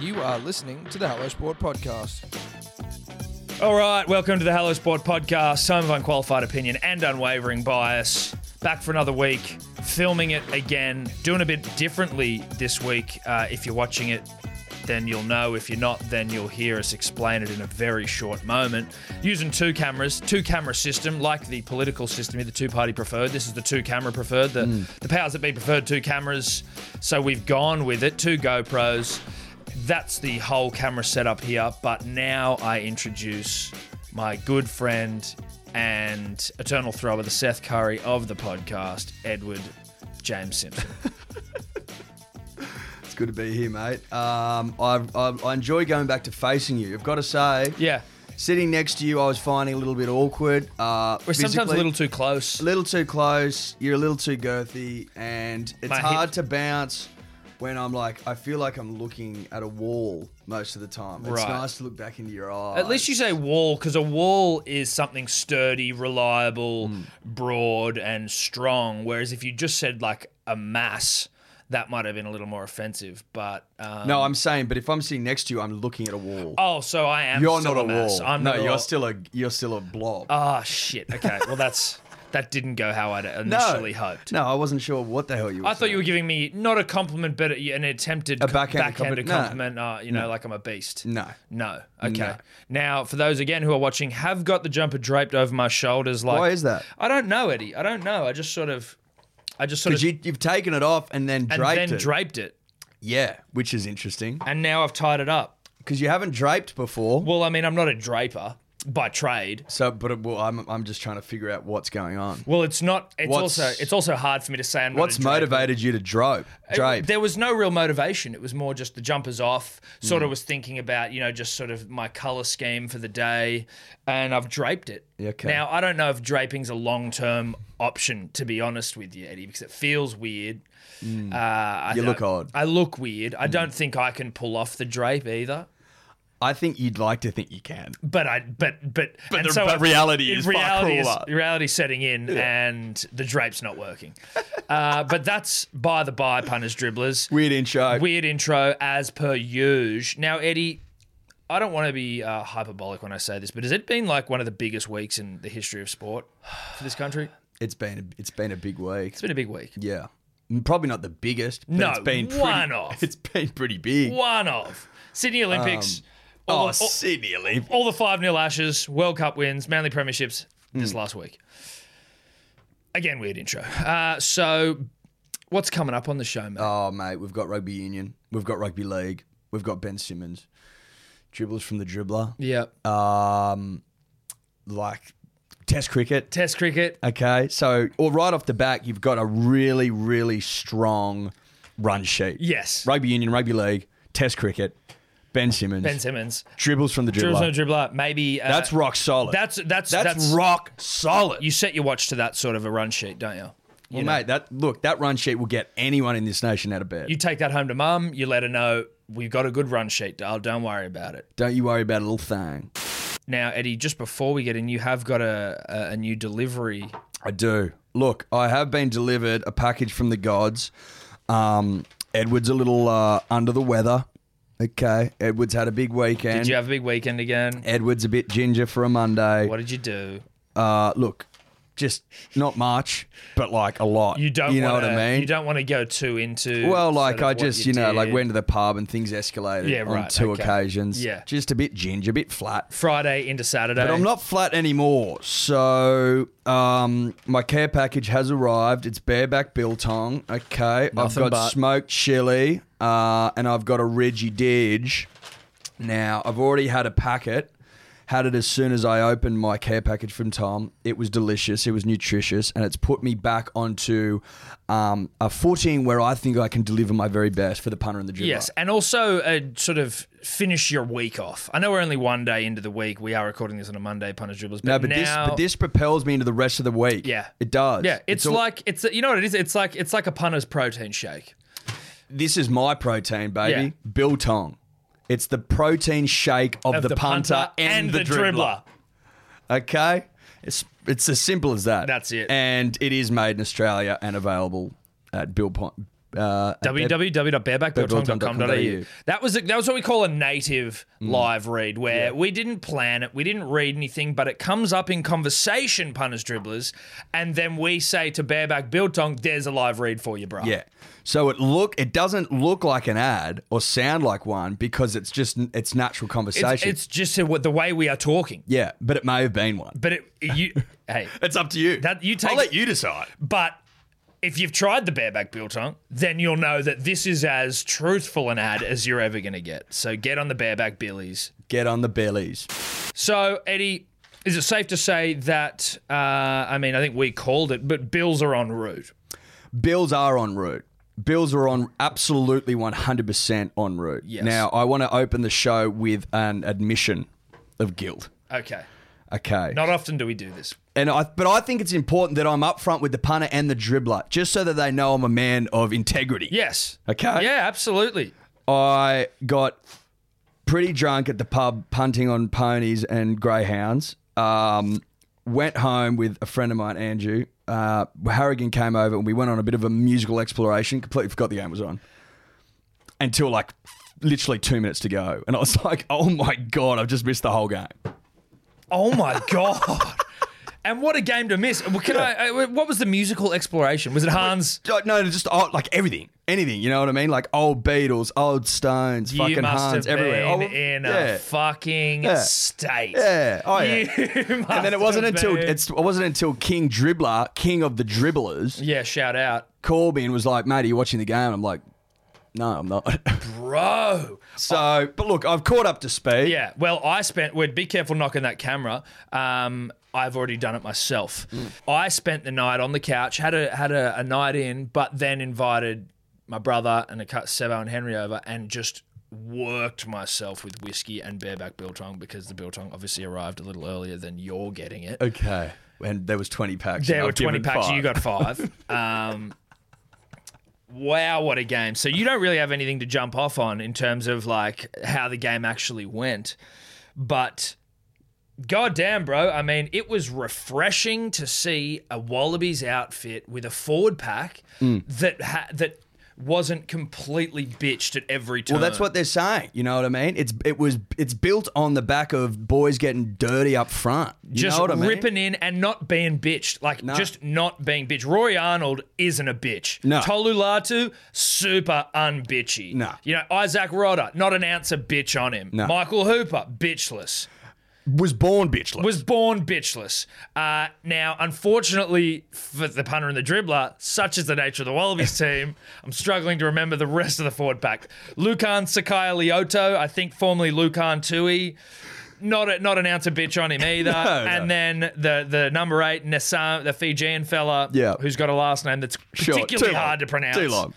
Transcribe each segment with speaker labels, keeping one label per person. Speaker 1: You are listening to the Hello Sport Podcast.
Speaker 2: All right, welcome to the Hello Sport podcast, home of unqualified opinion and unwavering bias. Back for another week, filming it again, doing a bit differently this week. Uh, if you're watching it, then you'll know. If you're not, then you'll hear us explain it in a very short moment. Using two cameras, two camera system, like the political system here, the two party preferred. This is the two camera preferred. The, the powers that be preferred two cameras. So we've gone with it, two GoPros. That's the whole camera setup here, but now I introduce my good friend and eternal thrower, the Seth Curry of the podcast, Edward James Simpson.
Speaker 3: It's good to be here, mate. Um, I, I, I enjoy going back to facing you. I've got to say,
Speaker 2: Yeah.
Speaker 3: sitting next to you, I was finding a little bit awkward. Uh,
Speaker 2: We're sometimes a
Speaker 3: physically.
Speaker 2: little too close.
Speaker 3: a little too close. You're a little too girthy, and it's
Speaker 2: My hip-
Speaker 3: hard to bounce when I'm like, I feel like I'm looking at a wall most of the time. It's
Speaker 2: Right.
Speaker 3: nice to look back into your eyes.
Speaker 2: At least you say wall, because a wall is something sturdy, reliable,
Speaker 3: Hmm.
Speaker 2: broad, and strong. Whereas if you just said like a mass, that might have been a little more offensive. But um,
Speaker 3: No, I'm saying, but if I'm sitting next to you, I'm looking at a wall.
Speaker 2: oh, so I am.
Speaker 3: you're
Speaker 2: still
Speaker 3: not a
Speaker 2: mass.
Speaker 3: wall.
Speaker 2: I'm
Speaker 3: no,
Speaker 2: not a
Speaker 3: you're
Speaker 2: wall.
Speaker 3: still a you're still a blob.
Speaker 2: Ah, shit. Okay. Well, that's that didn't go how I'd initially hoped.
Speaker 3: No, I wasn't sure what the hell you. Were
Speaker 2: I thought you were giving me not a compliment, but an attempted
Speaker 3: A backhanded
Speaker 2: backhanded
Speaker 3: compliment. No.
Speaker 2: compliment. uh, you know, like I'm a beast.
Speaker 3: No.
Speaker 2: No. Okay.
Speaker 3: No.
Speaker 2: Now, for those again who are watching, have got the jumper draped over my shoulders. Like,
Speaker 3: Why is that?
Speaker 2: I don't know, Eddie. I don't know. I just sort of, I just sort of,
Speaker 3: because you, you've taken it off and then
Speaker 2: and
Speaker 3: draped
Speaker 2: then
Speaker 3: it.
Speaker 2: draped it,
Speaker 3: yeah, which is interesting
Speaker 2: and now I've tied it up.
Speaker 3: because you haven't draped before.
Speaker 2: Well, I mean, I'm not a draper by trade.
Speaker 3: So, but uh, well, I'm I'm just trying to figure out what's going on.
Speaker 2: Well, it's not. It's
Speaker 3: What's-
Speaker 2: also it's also hard for me to say. I'm not
Speaker 3: What's
Speaker 2: a draper.
Speaker 3: motivated you to drope?
Speaker 2: It-
Speaker 3: Drape.
Speaker 2: There was no real motivation. It was more just the jumpers off.
Speaker 3: Mm.
Speaker 2: Sort of was thinking about, you know, just sort of my color scheme for the day, and I've draped it.
Speaker 3: Okay.
Speaker 2: Now I don't know if draping's a long term option. To be honest with you, Eddie, because it feels weird. Uh, I,
Speaker 3: Mm. You look
Speaker 2: I-
Speaker 3: odd. Mm.
Speaker 2: I look weird. I don't think I can pull off the drape either.
Speaker 3: I think you'd like to think you can.
Speaker 2: But I, but but but,
Speaker 3: the- but reality is far crueler.
Speaker 2: reality setting in, and the drape's not working. uh, but that's by the by, punters, dribblers.
Speaker 3: Weird intro.
Speaker 2: Weird intro as per usual. Now, Eddie, I don't want to be uh, hyperbolic when I say this, but has it been like one of the biggest weeks in the history of sport for this country?
Speaker 3: It's been a, it's been a big week.
Speaker 2: It's been a big week.
Speaker 3: Yeah, Mm, probably not the biggest. But
Speaker 2: No,
Speaker 3: it's been pretty,
Speaker 2: one off.
Speaker 3: It's been pretty big.
Speaker 2: One of Sydney Olympics, all,
Speaker 3: Um, Oh,
Speaker 2: the, all-
Speaker 3: Sydney Olymp-
Speaker 2: all the five nil ashes, World Cup wins, Manly premierships
Speaker 3: Hmm.
Speaker 2: this last week. Again, weird intro. Uh, so, what's coming up on the show, mate?
Speaker 3: Oh, mate, we've got rugby union. We've got rugby league. We've got Ben Simmons. Dribbles from the dribbler.
Speaker 2: yeah,
Speaker 3: Um, like Test cricket.
Speaker 2: Test cricket.
Speaker 3: Okay, so or right off the bat, you've got a really, really strong run sheet.
Speaker 2: Yes.
Speaker 3: Rugby union, rugby league, Test cricket, Ben Simmons,
Speaker 2: Ben Simmons.
Speaker 3: dribbles from the dribbler.
Speaker 2: Dribbles no dribbler. Maybe uh,
Speaker 3: that's rock solid.
Speaker 2: That's that's
Speaker 3: that's, rock solid.
Speaker 2: You set your watch to that sort of a run sheet, don't you? You,
Speaker 3: well,
Speaker 2: know,
Speaker 3: mate, that look that run sheet will get anyone in this nation out of bed.
Speaker 2: you take that home to mum. You let her know we've got a good run sheet, Dale. Don't worry about it.
Speaker 3: Don't you worry about a little thing.
Speaker 2: Now, Eddie, just before we get in, you have got a a, a new delivery.
Speaker 3: I do. Look, I have been delivered a package from the gods. Um, Edward's a little uh, under the weather. Okay, Edward's had a big weekend.
Speaker 2: Did you have a big weekend again?
Speaker 3: Edwards a bit ginger for a Monday.
Speaker 2: What did you do?
Speaker 3: Uh, look, just not much, but like a lot.
Speaker 2: You don't.
Speaker 3: You know
Speaker 2: wanna,
Speaker 3: what I mean?
Speaker 2: You don't want to go too into.
Speaker 3: well,
Speaker 2: sort
Speaker 3: like
Speaker 2: of
Speaker 3: I
Speaker 2: what
Speaker 3: just, you know, like
Speaker 2: did.
Speaker 3: went to the pub and things escalated
Speaker 2: Yeah,
Speaker 3: on
Speaker 2: right,
Speaker 3: two
Speaker 2: okay.
Speaker 3: occasions.
Speaker 2: Yeah.
Speaker 3: just a bit ginger, a bit flat.
Speaker 2: Friday into Saturday.
Speaker 3: But I'm not flat anymore. So um, my care package has arrived. It's bareback biltong. Okay, I've
Speaker 2: Nothing
Speaker 3: got
Speaker 2: but.
Speaker 3: smoked chili, uh, and I've got a Reggie Didge. Now I've already had a packet. Had it as soon as I opened my care package from Tom. It was delicious. It was nutritious, and it's put me back onto um, a 14 where I think I can deliver my very best for the punter and the dribbler.
Speaker 2: Yes, and also uh, sort of finish your week off. I know we're only one day into the week. We are recording this on a Monday, Punters Dribbles. But
Speaker 3: No, but this
Speaker 2: now,
Speaker 3: but this propels me into the rest of the week.
Speaker 2: Yeah.
Speaker 3: it does.
Speaker 2: yeah, it's,
Speaker 3: all-
Speaker 2: like it's you know what it is. It's like it's like a punter's protein shake.
Speaker 3: this is my protein, baby. Biltong. It's the protein shake of,
Speaker 2: Of
Speaker 3: the, punter, and, the, dribbler. Okay? It's it's as simple as that.
Speaker 2: That's it.
Speaker 3: And it is made in Australia and available at Bill uh, at Bed-
Speaker 2: www.barebackbeltong.com.au.
Speaker 3: barebackbeltong.com.au.
Speaker 2: That was that was what we call a native
Speaker 3: Mm.
Speaker 2: live read, where we didn't plan it, we didn't read anything, but it comes up in conversation, punters, dribblers, and then we say to Bareback Biltong, "There's a live read for you, bro."
Speaker 3: Yeah. So it look it doesn't look like an ad or sound like one because it's just it's natural conversation.
Speaker 2: it's, it's just a- the way we are talking.
Speaker 3: yeah, but it may have been one.
Speaker 2: But it, you, hey,
Speaker 3: It's up to you.
Speaker 2: That- you take-
Speaker 3: I'll let you decide.
Speaker 2: But if you've tried the bareback biltong, then you'll know that this is as truthful an ad as you're ever going to get. So get on the bareback billies.
Speaker 3: Get on the bellies.
Speaker 2: So Eddie, is it safe to say that? Uh, I mean, I think we called it, but bills are en route.
Speaker 3: Bills are en route. Bills are on absolutely 100% en route.
Speaker 2: Yes.
Speaker 3: Now, I want to open the show with an admission of guilt.
Speaker 2: Okay.
Speaker 3: Okay.
Speaker 2: Not often do we do this.
Speaker 3: And I, but I think it's important that I'm upfront with the punter and the dribbler, just so that they know I'm a man of integrity.
Speaker 2: Yes.
Speaker 3: Okay.
Speaker 2: Yeah, absolutely.
Speaker 3: I got pretty drunk at the pub, punting on ponies and greyhounds. Um, went home with a friend of mine, Andrew. Uh, Harrigan came over and we went on a bit of a musical exploration. Completely forgot the game was on until like literally two minutes to go, and I was like, "Oh my god, I've just missed the whole game."
Speaker 2: Oh my god. And what a game to miss! Well, Can I, I? What was the musical exploration? Was it Hans?
Speaker 3: Uh, No, no, just oh, like everything, anything. You know what I mean? Like old Beatles, old Stones,
Speaker 2: you
Speaker 3: fucking
Speaker 2: must
Speaker 3: Hans,
Speaker 2: have
Speaker 3: everywhere.
Speaker 2: been
Speaker 3: Oh,
Speaker 2: in
Speaker 3: yeah.
Speaker 2: a fucking state.
Speaker 3: Yeah. Oh, yeah.
Speaker 2: You must
Speaker 3: and then it wasn't
Speaker 2: have
Speaker 3: until
Speaker 2: been.
Speaker 3: it's it wasn't until King Dribbler, King of the Dribblers,
Speaker 2: yeah. Shout out,
Speaker 3: called me and was like, "Mate, are you watching the game?" And I'm like, "No, I'm not."
Speaker 2: bro.
Speaker 3: so, but look, I've caught up to speed.
Speaker 2: Yeah. Well, I spent. We'd be careful knocking that camera. Um, I've already done it myself.
Speaker 3: Mm.
Speaker 2: I spent the night on the couch. Had a had a, a night in, but then invited my brother and a cut Sebo and Henry over, and just worked myself with whiskey and bareback biltong because the biltong obviously arrived a little earlier than you're getting it.
Speaker 3: Okay. And there was 20 packs.
Speaker 2: There
Speaker 3: and
Speaker 2: were
Speaker 3: I've
Speaker 2: 20
Speaker 3: given
Speaker 2: packs.
Speaker 3: five.
Speaker 2: You got five. um, wow, what a game. So you don't really have anything to jump off on in terms of like how the game actually went. But goddamn, bro. I mean, it was refreshing to see a Wallabies outfit with a forward pack
Speaker 3: Mm.
Speaker 2: that ha- that wasn't completely bitched at every turn.
Speaker 3: Well, that's what they're saying. You know what I mean? It's it was it's built on the back of boys getting dirty up front. You
Speaker 2: just
Speaker 3: know what I mean?
Speaker 2: ripping in and not being bitched. Like just not being bitched. Rory Arnold isn't a bitch.
Speaker 3: No.
Speaker 2: Tolu Latu, super unbitchy.
Speaker 3: No.
Speaker 2: You know, Isaac Rodder, not an ounce of bitch on him.
Speaker 3: No.
Speaker 2: Michael Hooper, bitchless.
Speaker 3: Was born bitchless.
Speaker 2: Was born bitchless. Uh, now, unfortunately for the punter and the dribbler, such is the nature of the Wallabies team, I'm struggling to remember the rest of the forward pack. Lucan Sakai Lioto, I think formerly Lucan Tui. Not a, not an ounce of bitch on him either.
Speaker 3: No, no.
Speaker 2: And then the the number eight, Nassam, the Fijian fella,
Speaker 3: Yeah.
Speaker 2: who's got a last name that's
Speaker 3: Sure, too
Speaker 2: particularly
Speaker 3: long.
Speaker 2: hard to pronounce.
Speaker 3: Too long.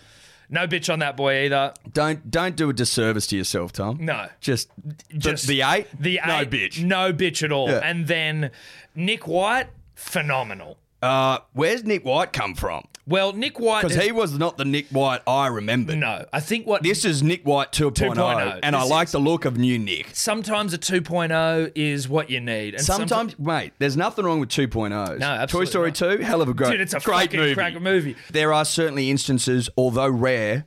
Speaker 2: No bitch on that boy either.
Speaker 3: Don't don't do a disservice to yourself, Tom.
Speaker 2: No.
Speaker 3: Just
Speaker 2: just
Speaker 3: the, the eight.
Speaker 2: the
Speaker 3: No
Speaker 2: eight,
Speaker 3: bitch.
Speaker 2: no bitch at all.
Speaker 3: Yeah.
Speaker 2: And then Nick White, phenomenal.
Speaker 3: Uh, where's Nick White come from?
Speaker 2: Well, Nick White,
Speaker 3: Because
Speaker 2: is-
Speaker 3: he was not the Nick White I remembered.
Speaker 2: no, I think what
Speaker 3: This is Nick White 2.0,
Speaker 2: 2.0.
Speaker 3: and I
Speaker 2: This
Speaker 3: like the look of new Nick.
Speaker 2: sometimes a 2.0 is what you need, and
Speaker 3: Sometimes, mate, there's nothing wrong with 2.0s.
Speaker 2: No, absolutely
Speaker 3: Toy Story
Speaker 2: not.
Speaker 3: 2, hell of a great,
Speaker 2: dude, it's a
Speaker 3: great
Speaker 2: fucking
Speaker 3: movie.
Speaker 2: crack movie.
Speaker 3: There are certainly instances, although rare,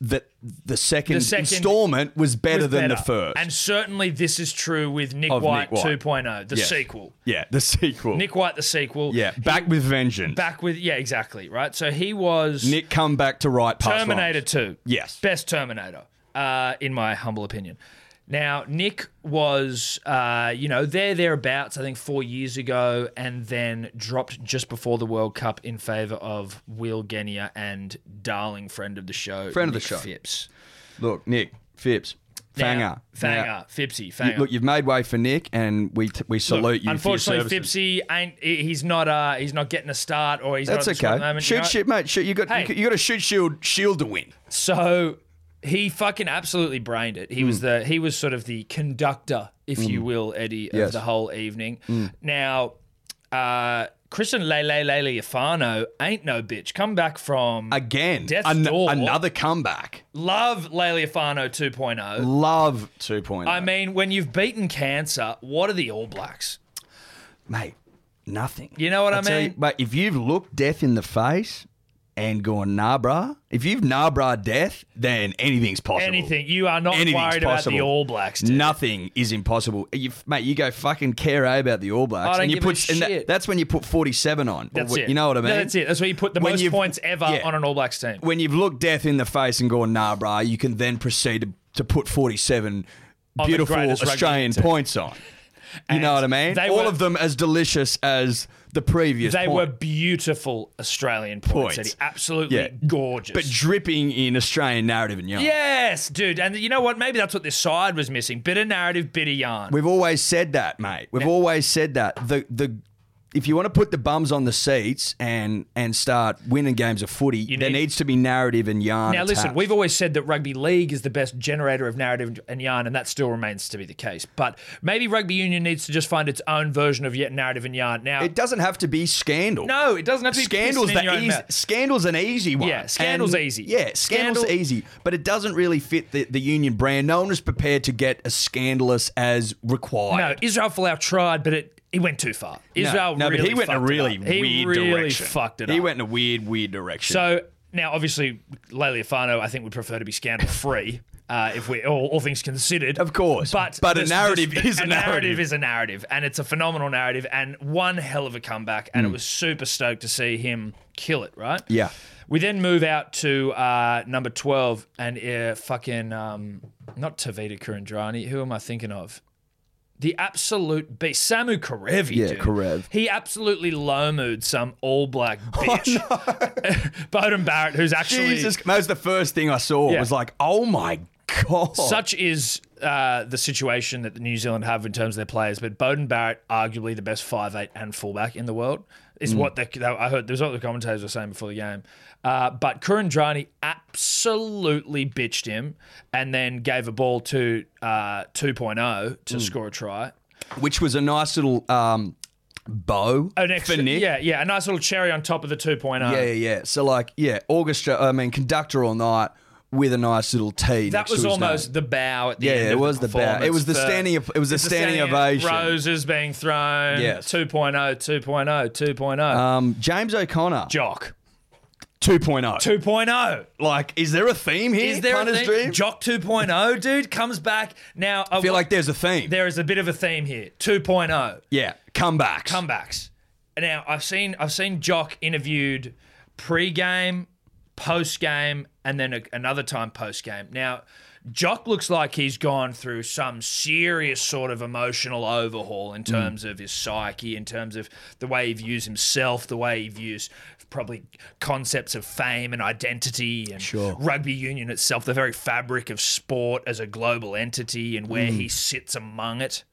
Speaker 3: that the second,
Speaker 2: The second
Speaker 3: installment was better
Speaker 2: was
Speaker 3: than the
Speaker 2: better.
Speaker 3: first.
Speaker 2: and certainly this is true with Nick,
Speaker 3: Of
Speaker 2: White,
Speaker 3: Nick White.
Speaker 2: 2.0, the
Speaker 3: Yes.
Speaker 2: sequel.
Speaker 3: yeah, the sequel.
Speaker 2: Nick White, the sequel.
Speaker 3: yeah, back with vengeance.
Speaker 2: back with yeah, exactly right. So he was
Speaker 3: Nick come back to right past
Speaker 2: Terminator
Speaker 3: lines.
Speaker 2: 2.
Speaker 3: Yes.
Speaker 2: Best Terminator, uh, in my humble opinion. Now, Nick was, uh, you know, there, thereabouts, I think four years ago, and then dropped just before the World Cup in favour of Will Genia and darling friend of the show,
Speaker 3: Friend of the
Speaker 2: Nick
Speaker 3: show.
Speaker 2: Phipps.
Speaker 3: Look, Nick, Phipps,
Speaker 2: Now-
Speaker 3: Fanger.
Speaker 2: Fanger.
Speaker 3: Now,
Speaker 2: Phippsy. Fanger.
Speaker 3: Look, you've made way for Nick, and we t- we salute you.
Speaker 2: Unfortunately,
Speaker 3: for your services.
Speaker 2: Phippsy ain't, he- he's not, uh, he's not getting a start or he's
Speaker 3: That's
Speaker 2: not at the
Speaker 3: okay.
Speaker 2: moment.
Speaker 3: shoot,
Speaker 2: you know?
Speaker 3: shoot, mate. Shoot, you got
Speaker 2: Hey.
Speaker 3: you, got to shoot shield shield to win.
Speaker 2: So he fucking absolutely brained it. He
Speaker 3: Mm.
Speaker 2: was the he was sort of the conductor, if you will, Eddie, of
Speaker 3: Yes. Mm.
Speaker 2: the whole evening. Now, uh Christian Lele Lele Ifano ain't no bitch. Come back from
Speaker 3: Again,
Speaker 2: Death's
Speaker 3: an-
Speaker 2: door.
Speaker 3: another comeback.
Speaker 2: love Lele Ifano 2.0.
Speaker 3: Love 2.0.
Speaker 2: oh. I mean, when you've beaten cancer, what are the All Blacks?
Speaker 3: mate, nothing.
Speaker 2: You know what I
Speaker 3: tell
Speaker 2: mean?
Speaker 3: you, mate, if you've looked death in the face and going, nah, brah. If you've nah, brah death, then anything's possible.
Speaker 2: Anything. You are not
Speaker 3: Anything's
Speaker 2: worried about the
Speaker 3: possible.
Speaker 2: All Blacks. Dude.
Speaker 3: Nothing is impossible. You, mate, you go fucking care eh, about the All Blacks.
Speaker 2: I don't
Speaker 3: and you
Speaker 2: give a
Speaker 3: put, And that-
Speaker 2: shit.
Speaker 3: that's when you put 47 on. or
Speaker 2: That's
Speaker 3: what-
Speaker 2: it.
Speaker 3: You know what I mean?
Speaker 2: No, that's it. That's where you put the
Speaker 3: When
Speaker 2: most
Speaker 3: you've-
Speaker 2: points ever
Speaker 3: yeah.
Speaker 2: on an All Blacks team.
Speaker 3: When you've looked death in the face and gone, nah, brah, you can then proceed to, to put 47
Speaker 2: On Oh, the
Speaker 3: beautiful
Speaker 2: greatest rugby
Speaker 3: Australian
Speaker 2: team.
Speaker 3: points on. You
Speaker 2: And
Speaker 3: know what I mean?
Speaker 2: they
Speaker 3: All
Speaker 2: were-
Speaker 3: of them as delicious as the previous
Speaker 2: They
Speaker 3: point.
Speaker 2: were beautiful Australian points.
Speaker 3: Points.
Speaker 2: Eddie. Absolutely
Speaker 3: Yeah.
Speaker 2: gorgeous.
Speaker 3: but dripping in Australian narrative and yarn.
Speaker 2: yes, dude. And you know what? Maybe that's what this side was missing. Bit of narrative, bit of yarn.
Speaker 3: We've always said that, mate. We've always said that. The the if you want to put the bums on the seats and and start winning games of footy, there
Speaker 2: need-
Speaker 3: needs to be narrative and yarn.
Speaker 2: Now, listen,
Speaker 3: attached.
Speaker 2: we've always said that rugby league is the best generator of narrative and yarn, and that still remains to be the case. But maybe rugby union needs to just find its own version of yet narrative and yarn. Now,
Speaker 3: it doesn't have to be scandal.
Speaker 2: no, it doesn't have to be
Speaker 3: Scandal's
Speaker 2: pissing in
Speaker 3: the
Speaker 2: your own
Speaker 3: easy.
Speaker 2: mouth.
Speaker 3: Scandal's an easy one.
Speaker 2: Yeah, scandal's
Speaker 3: And-
Speaker 2: easy.
Speaker 3: Yeah, scandal's
Speaker 2: Scandal-
Speaker 3: easy, but it doesn't really fit the, the union brand. No one is prepared to get as scandalous as
Speaker 2: No,
Speaker 3: required.
Speaker 2: Israel Folau tried, but it he went too far. Israel
Speaker 3: no,
Speaker 2: really
Speaker 3: but he went in a
Speaker 2: fucked it
Speaker 3: really
Speaker 2: up.
Speaker 3: weird
Speaker 2: he really
Speaker 3: direction.
Speaker 2: fucked it
Speaker 3: He
Speaker 2: up.
Speaker 3: went in a weird, weird direction.
Speaker 2: So now, obviously, Leliafano, I think would prefer to be scandal free. Uh, if we all, all things considered,
Speaker 3: Of course.
Speaker 2: but
Speaker 3: But a narrative is a narrative.
Speaker 2: is a narrative, and it's a phenomenal narrative, and one hell of a comeback, and it was super stoked to see him kill it, right?
Speaker 3: Hmm. Yeah.
Speaker 2: We then move out to uh, number twelve, and uh, fucking um, not Tavita Kurandrani. Who am I thinking of? The absolute beast, Samu Karevi.
Speaker 3: Yeah,
Speaker 2: dude.
Speaker 3: Karev. Oh,
Speaker 2: He absolutely low mooed some all black bitch, Bowden Barrett, who's actually
Speaker 3: Jesus, that was the first thing I saw.
Speaker 2: Yeah.
Speaker 3: Was like, oh my god,
Speaker 2: such is uh, the situation that New Zealand have in terms of their players. But Bowden Barrett, arguably the best five eight and fullback in the world, is
Speaker 3: Mm.
Speaker 2: what they, they- I heard. There's what the commentators were saying before the game. Uh, but Kurandrani absolutely bitched him, and then gave a ball to uh, 2.0
Speaker 3: Mm.
Speaker 2: to score a try.
Speaker 3: which was a nice little um, bow
Speaker 2: An extra,
Speaker 3: for Nick.
Speaker 2: yeah, yeah, a nice little cherry on top of the oh. 2.0.
Speaker 3: yeah, yeah, yeah. So like, yeah, orchestra. I mean, conductor all night with a nice little T.
Speaker 2: That
Speaker 3: next to
Speaker 2: was
Speaker 3: his
Speaker 2: almost
Speaker 3: name.
Speaker 2: the bow at the
Speaker 3: Yeah,
Speaker 2: end.
Speaker 3: yeah, it
Speaker 2: of
Speaker 3: was the bow. It
Speaker 2: performance
Speaker 3: was the
Speaker 2: for-
Speaker 3: standing of- it was the
Speaker 2: it's
Speaker 3: standing ovation.
Speaker 2: Roses being thrown. oh,
Speaker 3: Yes.
Speaker 2: 2.0, 2.0, 2.0.
Speaker 3: um, James O'Connor
Speaker 2: oh. jock.
Speaker 3: 2.0.
Speaker 2: 2.0.
Speaker 3: oh. Like, is there a theme here?
Speaker 2: Is there a
Speaker 3: Punter's
Speaker 2: thing?
Speaker 3: dream?
Speaker 2: Jock 2.0, dude, comes back. Now, I
Speaker 3: I feel like there's a theme.
Speaker 2: there is a bit of a theme here. oh. 2.0.
Speaker 3: yeah, comebacks.
Speaker 2: comebacks. Now I've seen I've seen Jock interviewed pre-game, post-game, and then a, another time post-game. Now Jock looks like he's gone through some serious sort of emotional overhaul in terms of his psyche, in terms of the way he views himself, the way he views probably concepts of fame and identity and
Speaker 3: Sure.
Speaker 2: rugby union itself, the very fabric of sport as a global entity and where he sits among it.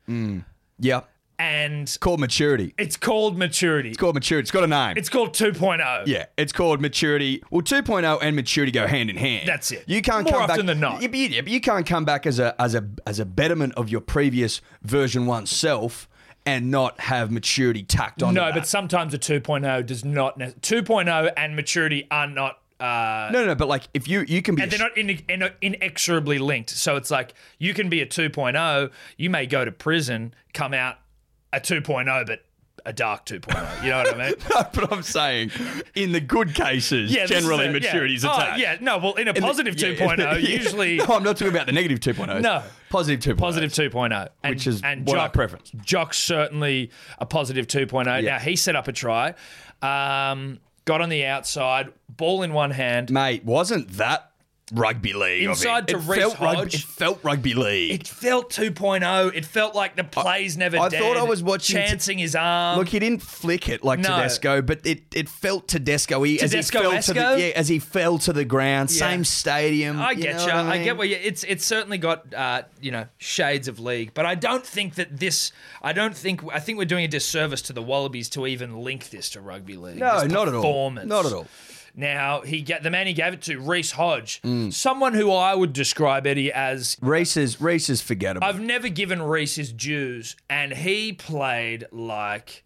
Speaker 3: yeah,
Speaker 2: And
Speaker 3: called maturity.
Speaker 2: it's
Speaker 3: It's
Speaker 2: called maturity.
Speaker 3: called maturity. It's got a name.
Speaker 2: It's called oh. 2.0.
Speaker 3: Yeah, it's called maturity. Well, 2.0 and maturity go hand in hand.
Speaker 2: That's it.
Speaker 3: You can't
Speaker 2: More
Speaker 3: come
Speaker 2: often
Speaker 3: back,
Speaker 2: than not.
Speaker 3: Yeah, but you, yeah, but you can't come back as a as a as a betterment of your previous version oneself and not have maturity tacked on.
Speaker 2: No, but sometimes a 2.0 does not. Ne- 2.0 and maturity are not. Uh,
Speaker 3: no, no, no. But like, if you you can be,
Speaker 2: and they're not in, in, inexorably linked. So it's like you can be a 2.0, you may go to prison, come out a 2.0, but a dark 2.0. You know what I mean?
Speaker 3: but I'm saying, in the good cases,
Speaker 2: this is
Speaker 3: generally
Speaker 2: a- yeah.
Speaker 3: maturity's
Speaker 2: Oh,
Speaker 3: attacked.
Speaker 2: yeah, no, well, in a
Speaker 3: In the-
Speaker 2: positive
Speaker 3: yeah,
Speaker 2: 2.0,
Speaker 3: yeah.
Speaker 2: usually.
Speaker 3: No, I'm not talking about the negative 2.0.
Speaker 2: No.
Speaker 3: positive oh. 2.0.
Speaker 2: Positive 2.0, and,
Speaker 3: Which is
Speaker 2: and
Speaker 3: what I
Speaker 2: Jock,
Speaker 3: preference.
Speaker 2: Jock's certainly a positive 2.0. Now he set up a try, um, got on the outside, ball in one hand.
Speaker 3: mate. Wasn't that rugby league? of him?
Speaker 2: Inside to
Speaker 3: it
Speaker 2: Reece
Speaker 3: felt rugby,
Speaker 2: Hodge.
Speaker 3: It felt rugby league.
Speaker 2: It felt 2.0. It felt like the plays never.
Speaker 3: I
Speaker 2: dead,
Speaker 3: thought I was watching-
Speaker 2: chancing his arm.
Speaker 3: Look, he didn't flick it like
Speaker 2: um, No.
Speaker 3: Tedesco, but it, it felt Tedesco y as he fell to the
Speaker 2: Tedesco-esco?
Speaker 3: yeah, as he fell to the ground.
Speaker 2: Yeah.
Speaker 3: Same stadium.
Speaker 2: I
Speaker 3: you
Speaker 2: get
Speaker 3: know
Speaker 2: you.
Speaker 3: what
Speaker 2: I,
Speaker 3: mean?
Speaker 2: get where you. It's it's certainly got uh, you know shades of league, but I don't think that this. I don't think. I think we're doing a disservice to the Wallabies to even link this to rugby league.
Speaker 3: No,
Speaker 2: this
Speaker 3: not at all.
Speaker 2: performance.
Speaker 3: Not at all.
Speaker 2: Now he get the man he gave it to, Reese Hodge, someone who I would describe Eddie as
Speaker 3: Reese is Reese is forgettable.
Speaker 2: I've never given Reese his dues, and he played like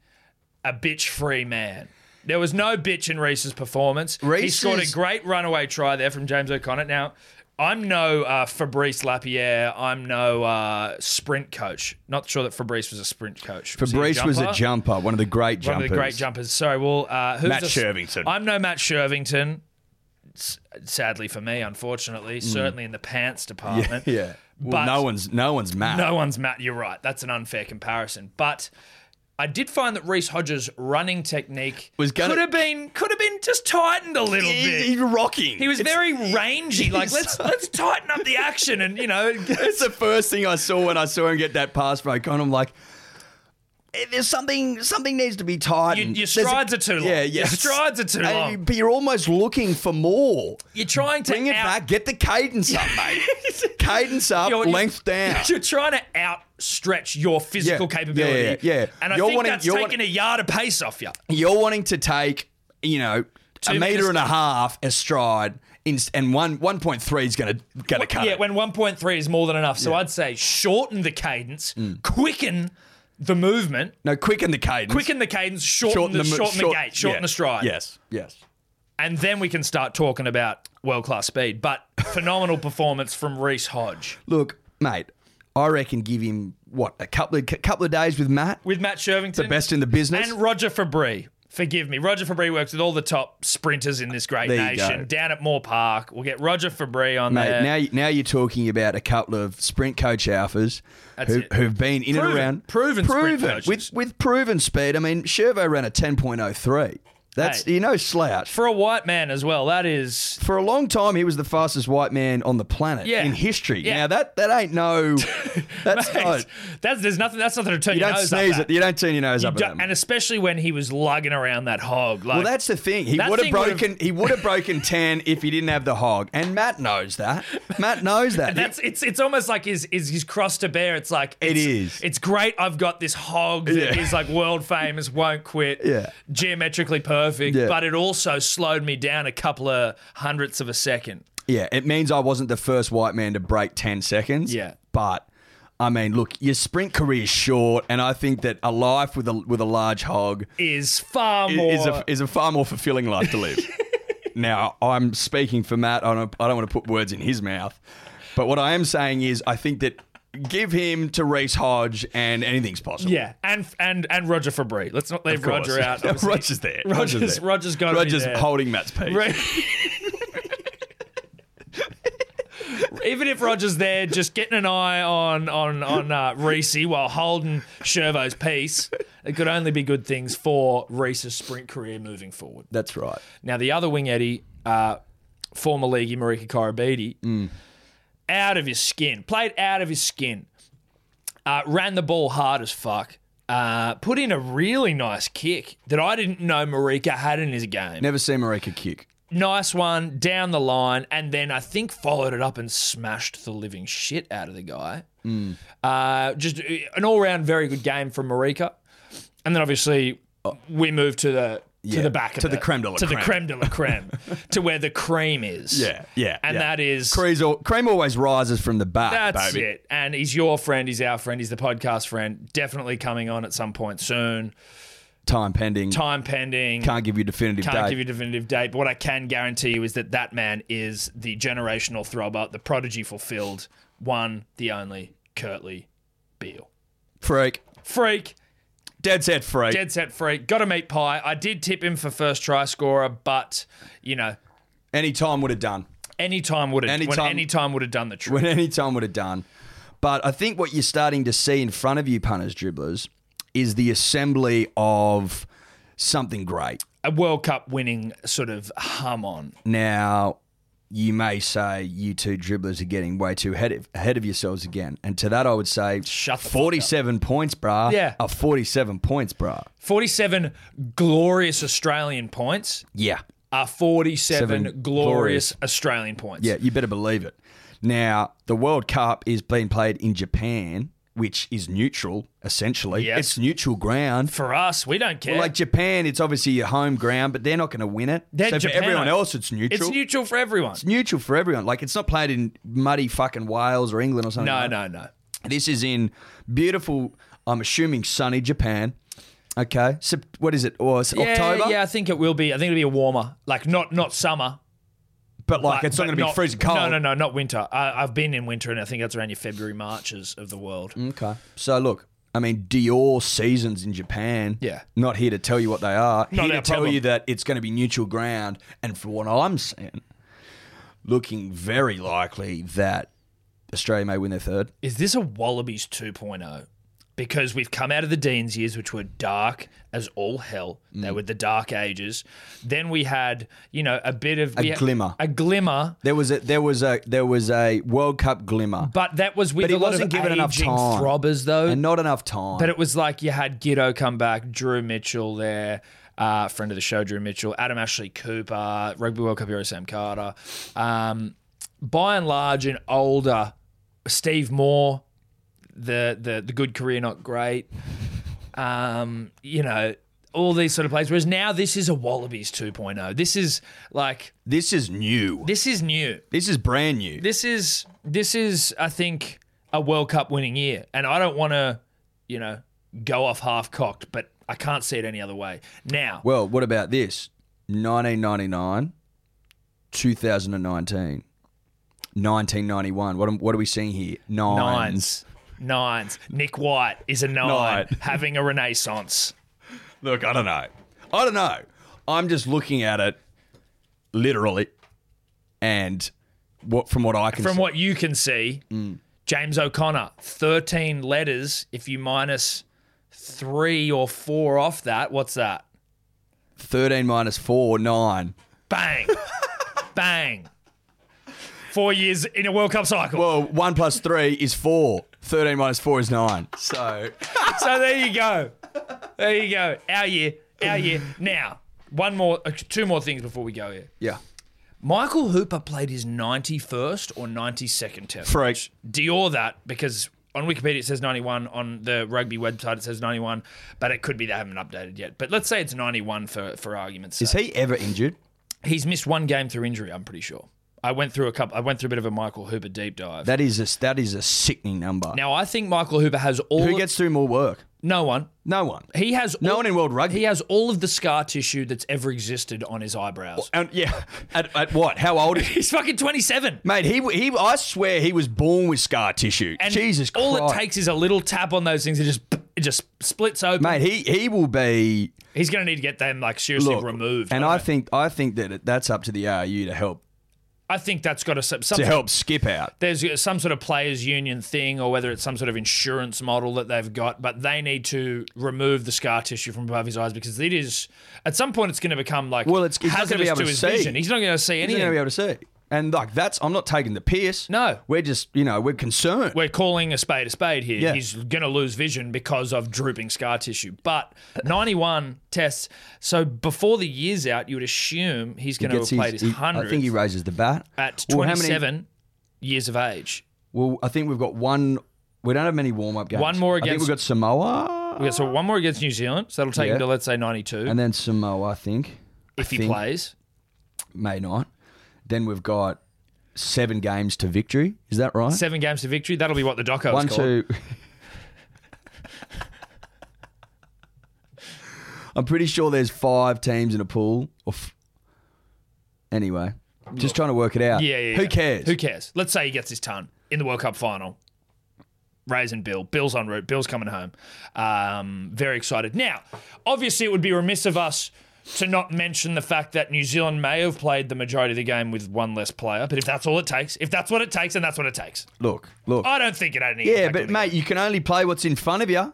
Speaker 2: a bitch free man. There was no bitch in Reese's performance. he
Speaker 3: Reece
Speaker 2: scored a
Speaker 3: is-
Speaker 2: great runaway try there from James O'Connor. Now, I'm no uh, Fabrice Lapierre. I'm no uh, sprint coach. Not sure that Fabrice was a sprint coach. Was he
Speaker 3: Fabrice was a
Speaker 2: jumper?
Speaker 3: jumper, one of the great
Speaker 2: One
Speaker 3: jumpers.
Speaker 2: of the great jumpers. Sorry, well, uh, who's
Speaker 3: Matt
Speaker 2: the-
Speaker 3: Shervington.
Speaker 2: I'm no Matt Shervington. s- sadly for me, unfortunately, certainly in the pants department.
Speaker 3: Mm. yeah. Well,
Speaker 2: But-
Speaker 3: no one's no one's mad.
Speaker 2: No one's Matt. You're right. That's an unfair comparison, but. I did find that Reese Hodges' running technique
Speaker 3: Was gonna-
Speaker 2: could have been could have been just tightened a little
Speaker 3: He-
Speaker 2: bit.
Speaker 3: he's rocking.
Speaker 2: He was
Speaker 3: It's-
Speaker 2: very rangy. Like let's let's tighten up the action and you know.
Speaker 3: It's the first thing I saw when I saw him get that pass from O'Connor. I'm like, "Eh, there's something. Something needs to be tightened.
Speaker 2: Your- your
Speaker 3: There's a-
Speaker 2: strides are too long.
Speaker 3: Yeah,
Speaker 2: Your
Speaker 3: yeah.
Speaker 2: strides are too
Speaker 3: And
Speaker 2: long.
Speaker 3: you- But you're almost looking for more.
Speaker 2: You're trying to
Speaker 3: Bring it
Speaker 2: out-
Speaker 3: back. Get the cadence up, mate. cadence up.
Speaker 2: You're-
Speaker 3: length down.
Speaker 2: You're trying to outstretch your physical
Speaker 3: Yeah, yeah,
Speaker 2: capability.
Speaker 3: yeah, yeah.
Speaker 2: And I
Speaker 3: You're
Speaker 2: think
Speaker 3: wanting-
Speaker 2: that's
Speaker 3: you're
Speaker 2: taking
Speaker 3: wanting-
Speaker 2: a yard of pace off you.
Speaker 3: You're wanting to take, you know, a
Speaker 2: Two
Speaker 3: meter
Speaker 2: minutes-
Speaker 3: and a half a stride, in, and one one point three is gonna gonna cut
Speaker 2: yeah,
Speaker 3: it.
Speaker 2: when 1.3 is more than enough. So I'd say shorten the cadence,
Speaker 3: Hmm.
Speaker 2: quicken the movement,
Speaker 3: no, quicken the cadence.
Speaker 2: quicken the cadence, shorten, the,
Speaker 3: mo-
Speaker 2: shorten
Speaker 3: short-
Speaker 2: the gate, shorten
Speaker 3: yeah,
Speaker 2: the stride.
Speaker 3: Yes, yes.
Speaker 2: And then we can start talking about world class speed. But phenomenal performance from Reese Hodge.
Speaker 3: Look, mate, I reckon give him what a couple of couple of days with Matt,
Speaker 2: With Matt Shervington.
Speaker 3: the best in the business.
Speaker 2: And Roger Fabri. Forgive me. Roger Fabri works with all the top sprinters in this great
Speaker 3: There you go.
Speaker 2: nation down at Moore Park. We'll get Roger Fabri on
Speaker 3: Mate,
Speaker 2: there.
Speaker 3: now you- now you're talking about a couple of sprint coach alphas
Speaker 2: That's
Speaker 3: who,
Speaker 2: it.
Speaker 3: who've been in
Speaker 2: Proven-
Speaker 3: and around
Speaker 2: proven sprint coaches.
Speaker 3: with with proven speed. I mean, Shervo ran a 10.03. That's
Speaker 2: Hey.
Speaker 3: you know slouch.
Speaker 2: For a white man as well, that is.
Speaker 3: For a long time, he was the fastest white man on the planet
Speaker 2: Yeah.
Speaker 3: in history.
Speaker 2: Yeah.
Speaker 3: Now that that ain't no, that's not,
Speaker 2: That's there's nothing. That's nothing to turn
Speaker 3: Oh. you
Speaker 2: your
Speaker 3: don't
Speaker 2: nose
Speaker 3: sneeze
Speaker 2: up
Speaker 3: at, you don't turn your nose up
Speaker 2: at.
Speaker 3: at
Speaker 2: Don't-
Speaker 3: them.
Speaker 2: And especially when he was lugging around that hog. Like,
Speaker 3: Well, that's the thing. He
Speaker 2: That
Speaker 3: would have
Speaker 2: thing would've-
Speaker 3: broken. He would have broken ten if he didn't have the hog, and Matt knows that. Matt knows that.
Speaker 2: That's it's it's almost like his is his cross to bear. It's like
Speaker 3: It
Speaker 2: it's,
Speaker 3: is.
Speaker 2: It's great. I've got this hog that is
Speaker 3: Yeah.
Speaker 2: like world famous, won't quit,
Speaker 3: Yeah.
Speaker 2: geometrically perfect.
Speaker 3: Yeah.
Speaker 2: But it also slowed me down a couple of hundredths of a second.
Speaker 3: yeah, it means I wasn't the first white man to break ten seconds.
Speaker 2: Yeah.
Speaker 3: but I mean, look, your sprint career is short, and I think that a life with a with a large hog
Speaker 2: Is far
Speaker 3: i-
Speaker 2: more.
Speaker 3: is a is a far more fulfilling life to live. now, I'm speaking for Matt. I don't I don't want to put words in his mouth, but what I am saying is, I think that give him to Reese Hodge, and anything's possible.
Speaker 2: yeah, and and and Roger Fabri. Let's not leave
Speaker 3: Of course.
Speaker 2: Roger out. obviously.
Speaker 3: Roger's there.
Speaker 2: Roger's-
Speaker 3: Roger's there.
Speaker 2: Roger's gotta be
Speaker 3: Roger's
Speaker 2: there.
Speaker 3: holding Matt's piece.
Speaker 2: Right. Even if Roger's there, just getting an eye on on on uh, Reese while holding Shervo's peace, it could only be good things for Reese's sprint career moving forward.
Speaker 3: That's right.
Speaker 2: Now the other wing Eddie, uh, former leaguey Marika Korobidi, out of his skin, played out of his skin, uh, ran the ball hard as fuck. Uh, put in a really nice kick that I didn't know Marika had in his game
Speaker 3: Never seen Marika kick.
Speaker 2: nice one down the line, and then I think followed it up and smashed the living shit out of the guy.
Speaker 3: Hmm.
Speaker 2: Uh, just uh, an all round very good game from Marika, and then obviously we move to the to
Speaker 3: Oh. Yeah,
Speaker 2: the back of
Speaker 3: to the
Speaker 2: it.
Speaker 3: creme de la
Speaker 2: to the
Speaker 3: creme.
Speaker 2: creme de la creme to where the cream is.
Speaker 3: Yeah, yeah,
Speaker 2: and
Speaker 3: yeah.
Speaker 2: that is.
Speaker 3: Cream's al- Cream always rises from the back,
Speaker 2: that's
Speaker 3: baby.
Speaker 2: it. And he's your friend, he's our friend, he's the podcast friend. Definitely coming on at some point soon.
Speaker 3: Time pending.
Speaker 2: Time pending.
Speaker 3: Can't give you definitive
Speaker 2: Can't
Speaker 3: date.
Speaker 2: give you a definitive date, but what I can guarantee you is that that man is the generational throbber, the prodigy fulfilled, one, the only, Curtly Beale.
Speaker 3: freak.
Speaker 2: Freak,
Speaker 3: Dead set freak.
Speaker 2: dead set freak, got to meet Pie. I did tip him for first try scorer, but, you know,
Speaker 3: Any time would have done.
Speaker 2: any time would have
Speaker 3: Any
Speaker 2: any
Speaker 3: time-
Speaker 2: time would have done the trick.
Speaker 3: When any time would have done. But I think what you're starting to see in front of you, punters, dribblers, is the assembly of something great.
Speaker 2: A World Cup winning sort of hum on.
Speaker 3: Now, you may say you two dribblers are getting way too ahead of, ahead of yourselves again. And to that, I would say
Speaker 2: Shut the fuck up.
Speaker 3: 47 points, brah.
Speaker 2: Yeah.
Speaker 3: Are 47 points, brah.
Speaker 2: 47 glorious Australian points
Speaker 3: Yeah.
Speaker 2: are 47
Speaker 3: Seven
Speaker 2: glorious,
Speaker 3: glorious.
Speaker 2: Australian points.
Speaker 3: Yeah, you better believe it. Now, the World Cup is being played in Japan, which is neutral, essentially.
Speaker 2: Yes.
Speaker 3: It's neutral ground.
Speaker 2: For us, we don't care.
Speaker 3: Well, like Japan, it's obviously your home ground, but they're not going to win it.
Speaker 2: They're
Speaker 3: so for
Speaker 2: Japan-
Speaker 3: everyone else, it's neutral.
Speaker 2: It's neutral for everyone.
Speaker 3: It's neutral for everyone. Like, it's not played in muddy fucking Wales or England or something.
Speaker 2: No,
Speaker 3: like that.
Speaker 2: no, no.
Speaker 3: This is in beautiful, I'm assuming sunny Japan. Okay. Sep- what is it? Or it's October?
Speaker 2: Yeah, I think it will be. I think it'll be a warmer, like not not summer.
Speaker 3: But like
Speaker 2: but-
Speaker 3: it's not
Speaker 2: but
Speaker 3: going to be freezing cold.
Speaker 2: No, no, no, not winter. I, I've been in winter, and I think that's around your February marches of the world.
Speaker 3: Okay. So look, I mean Dior seasons in Japan.
Speaker 2: Yeah.
Speaker 3: Not here to tell you what they are.
Speaker 2: Not
Speaker 3: here
Speaker 2: our
Speaker 3: to tell
Speaker 2: problem.
Speaker 3: you that it's going to be neutral ground and for what I'm saying, looking very likely that Australia may win their third.
Speaker 2: Is this a Wallabies 2.0? Because we've come out of the Dean's years, which were dark as all hell.
Speaker 3: Mm.
Speaker 2: They were the dark ages. Then we had, you know, a bit of
Speaker 3: A
Speaker 2: we had-
Speaker 3: glimmer.
Speaker 2: a glimmer,
Speaker 3: There was a there was a there was a World Cup glimmer,
Speaker 2: but that was with
Speaker 3: But he
Speaker 2: a lot
Speaker 3: wasn't
Speaker 2: of
Speaker 3: given enough
Speaker 2: aging
Speaker 3: time.
Speaker 2: throbbers though.
Speaker 3: and not enough time.
Speaker 2: But it was like you had Giddo come back, Drew Mitchell there, uh, friend of the show, Drew Mitchell, Adam Ashley Cooper, Rugby World Cup hero Sam Carter. Um, by and large, an older Steve Moore, the the the good career, not great. Um, you know. All these sort of plays, whereas now this is a Wallabies 2.0. This is like
Speaker 3: this is new.
Speaker 2: this is new
Speaker 3: This is brand new.
Speaker 2: this is this is I think a World Cup winning year, and I don't want to, you know, go off half cocked, but I can't see it any other way. Now,
Speaker 3: Well, what about this? 1999, 2019, 1991. What am, what are we seeing here?
Speaker 2: nines, nines. Nick White is a nine,
Speaker 3: Nine.
Speaker 2: having a renaissance.
Speaker 3: Look, I don't know. I don't know. I'm just looking at it literally and what from what I can
Speaker 2: From
Speaker 3: see.
Speaker 2: what you can see,
Speaker 3: Mm.
Speaker 2: James O'Connor, thirteen letters. If you minus three or four off that, what's that?
Speaker 3: 13 minus 4 9.
Speaker 2: Bang, bang. Four years in a World Cup cycle.
Speaker 3: Well, 1 plus 3 is 4. 13 minus 4 is 9. So,
Speaker 2: So there you go. There you go. Our year. Our year. Now, one more, uh, two more things before we go here.
Speaker 3: yeah.
Speaker 2: Michael Hooper played his 91st or 92nd test.
Speaker 3: Freak.
Speaker 2: Dior that because on Wikipedia it says 91. On the rugby website it says 91, but it could be they haven't updated yet. But let's say it's 91 for, for argument's sake.
Speaker 3: Is he ever injured?
Speaker 2: He's missed one game through injury, I'm pretty sure. I went through a couple, I went through a bit of a Michael Hooper deep dive.
Speaker 3: That is a, that is a sickening number.
Speaker 2: now, I think Michael Hooper has all.
Speaker 3: Who gets through more work?
Speaker 2: no one.
Speaker 3: No one.
Speaker 2: He has
Speaker 3: No
Speaker 2: all-
Speaker 3: one in world rugby.
Speaker 2: He has all of the scar tissue that's ever existed on his eyebrows.
Speaker 3: And yeah, at, at what? How old is he?
Speaker 2: He's fucking 27.
Speaker 3: Mate, he he. I swear he was born with scar tissue.
Speaker 2: And
Speaker 3: Jesus Christ!
Speaker 2: all it takes is a little tap on those things. It just it just splits open.
Speaker 3: mate. He he will be
Speaker 2: He's going to need to get them like seriously
Speaker 3: look,
Speaker 2: removed.
Speaker 3: And I think I think that it, that's up to the ARU to help
Speaker 2: I think that's got to some.
Speaker 3: to help skip out.
Speaker 2: There's uh, some sort of players union thing, or whether it's some sort of insurance model that they've got, but they need to remove the scar tissue from above his eyes because it is at some point it's going to become like
Speaker 3: Well, it's- he's not gonna be
Speaker 2: hazardous
Speaker 3: able to
Speaker 2: his
Speaker 3: see.
Speaker 2: vision. He's not going to see
Speaker 3: He's not
Speaker 2: anything.
Speaker 3: gonna be able to see. And like that's I'm not taking the piss.
Speaker 2: No.
Speaker 3: we're just you know we're concerned.
Speaker 2: we're calling a spade a spade here.
Speaker 3: Yeah.
Speaker 2: He's going to lose vision because of drooping scar tissue. But 91 tests. So before the year's out, you would assume he's going to have
Speaker 3: Gets
Speaker 2: played his
Speaker 3: he-
Speaker 2: 100
Speaker 3: I think he raises the bat
Speaker 2: at
Speaker 3: Well, how many-
Speaker 2: 27 years of age.
Speaker 3: Well, I think we've got one. We don't have many warm up games.
Speaker 2: One more
Speaker 3: I think
Speaker 2: against-
Speaker 3: we've got Samoa.
Speaker 2: Okay, so one more against New Zealand. So that'll take him
Speaker 3: Ah. Yeah.
Speaker 2: to, let's say, 92
Speaker 3: And then Samoa, I think.
Speaker 2: if he
Speaker 3: think-
Speaker 2: plays.
Speaker 3: May night. Then we've got seven games to victory. Is that right?
Speaker 2: Seven games to victory. That'll be what the doco
Speaker 3: One,
Speaker 2: is called.
Speaker 3: two. I'm pretty sure there's five teams in a pool. Or f- anyway, just trying to work it out.
Speaker 2: Yeah, yeah,
Speaker 3: Who
Speaker 2: yeah.
Speaker 3: cares?
Speaker 2: Who cares? Let's say he gets his ton in the World Cup final. Raising Bill. Bill's en route. Bill's coming home. Um, very excited. Now, obviously, it would be remiss of us to not mention the fact that New Zealand may have played the majority of the game with one less player. But if that's all it takes, if that's what it takes, then that's what it takes.
Speaker 3: Look, look.
Speaker 2: I don't think it had any.
Speaker 3: yeah,
Speaker 2: impact on
Speaker 3: but
Speaker 2: Oh, the
Speaker 3: mate, you can only play what's in front of you,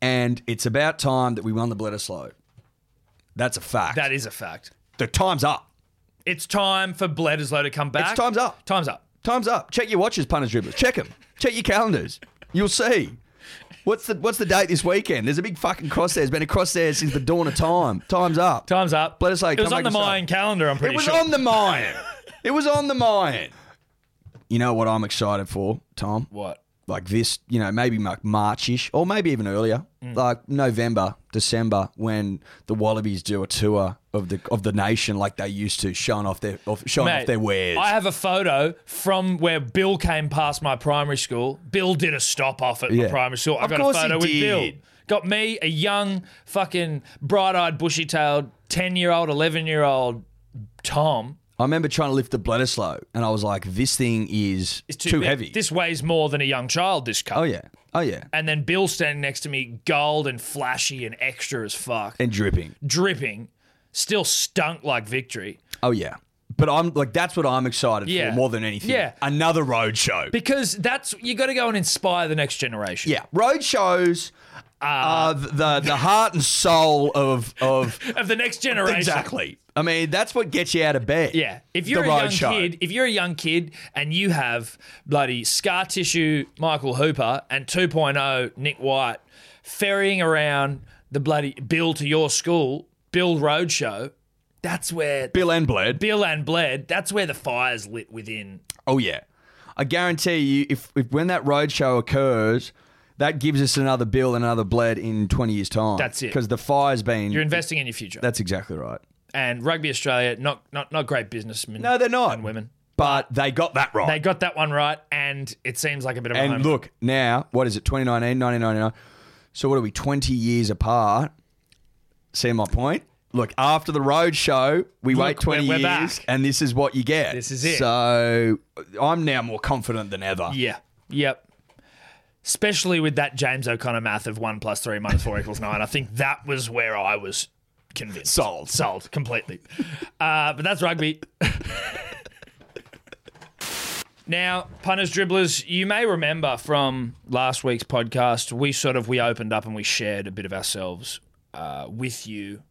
Speaker 3: and it's about time that we won the Bledisloe. That's a fact.
Speaker 2: game. that is a fact.
Speaker 3: the time's up.
Speaker 2: It's time for Bledisloe to come back.
Speaker 3: It's time's up.
Speaker 2: Time's up.
Speaker 3: Time's up. Check your watches, punters, dribblers. Check them. Check your calendars. You'll see. What's the What's the date this weekend? There's a big fucking cross there. There's been a cross there since the dawn of time. Time's up.
Speaker 2: Time's up.
Speaker 3: Bledisloe,
Speaker 2: It was
Speaker 3: come
Speaker 2: on the
Speaker 3: back and
Speaker 2: Mayan calendar. I'm pretty
Speaker 3: It was
Speaker 2: sure.
Speaker 3: on the Mayan. It was on the Mayan. You know what I'm excited for, Tom?
Speaker 2: what?
Speaker 3: Like this, you know, maybe like Marchish or maybe even earlier,
Speaker 2: Mm.
Speaker 3: like November, December, when the Wallabies do a tour of the of the nation like they used to, showing off their of, showing
Speaker 2: Mate,
Speaker 3: off their wares.
Speaker 2: I have a photo from where Bill came past my primary school. Bill did a stop off at my
Speaker 3: Yeah.
Speaker 2: primary school. I
Speaker 3: Of
Speaker 2: got a
Speaker 3: course he
Speaker 2: photo with Bill.
Speaker 3: did.
Speaker 2: Got me, a young, fucking bright eyed, bushy tailed, 10 year old, 11 year old Tom.
Speaker 3: I remember trying to lift the Bledisloe, and I was like, "This thing is
Speaker 2: It's
Speaker 3: too,
Speaker 2: big.
Speaker 3: heavy."
Speaker 2: This weighs more than a young child, this cup.
Speaker 3: oh yeah, oh yeah,
Speaker 2: And then Bill standing next to me, gold and flashy and extra as fuck,
Speaker 3: and dripping.
Speaker 2: dripping, still stunk like victory.
Speaker 3: Oh yeah, But I'm like, that's what I'm excited
Speaker 2: Yeah.
Speaker 3: for more than anything.
Speaker 2: Yeah.
Speaker 3: Another road show.
Speaker 2: because that's you got to go and inspire the next generation.
Speaker 3: yeah. Road shows
Speaker 2: Ah.
Speaker 3: are the, the heart and soul of, of
Speaker 2: of the next generation.
Speaker 3: Exactly. I mean, that's what gets you out of bed.
Speaker 2: Yeah. If you're
Speaker 3: The
Speaker 2: a
Speaker 3: road
Speaker 2: young
Speaker 3: show.
Speaker 2: kid, if you're a young kid and you have bloody scar tissue Michael Hooper and 2.0 Nick White ferrying around the bloody bill to your school, Bill Roadshow, that's where
Speaker 3: Bill and Bled.
Speaker 2: Bill and Bled, that's where the fire's lit within.
Speaker 3: Oh yeah, I guarantee you, if, if when that road show occurs, that gives us another Bill and another Bled in twenty years' time.
Speaker 2: That's it.
Speaker 3: Because the fire's been.
Speaker 2: You're investing in your future.
Speaker 3: that's exactly right.
Speaker 2: and Rugby Australia, not not not great businessmen.
Speaker 3: No, they're not.
Speaker 2: and women.
Speaker 3: But they got that right.
Speaker 2: They got that one right, and it seems like a bit of a
Speaker 3: and
Speaker 2: home-
Speaker 3: look now, what is it? 2019, 1999. So what are we? Twenty years apart. See my point? Look, after the road show, we
Speaker 2: Look,
Speaker 3: wait 20
Speaker 2: we're- we're
Speaker 3: years,
Speaker 2: back.
Speaker 3: and this is what you get.
Speaker 2: This is it.
Speaker 3: So I'm now more confident than ever.
Speaker 2: Yeah. Yep. Especially with that James O'Connor math of one plus three minus four equals nine. I think that was where I was convinced.
Speaker 3: Sold.
Speaker 2: Sold completely. Uh, but that's rugby. now, punters, dribblers, you may remember from last week's podcast, we sort of we opened up and we shared a bit of ourselves uh, with you.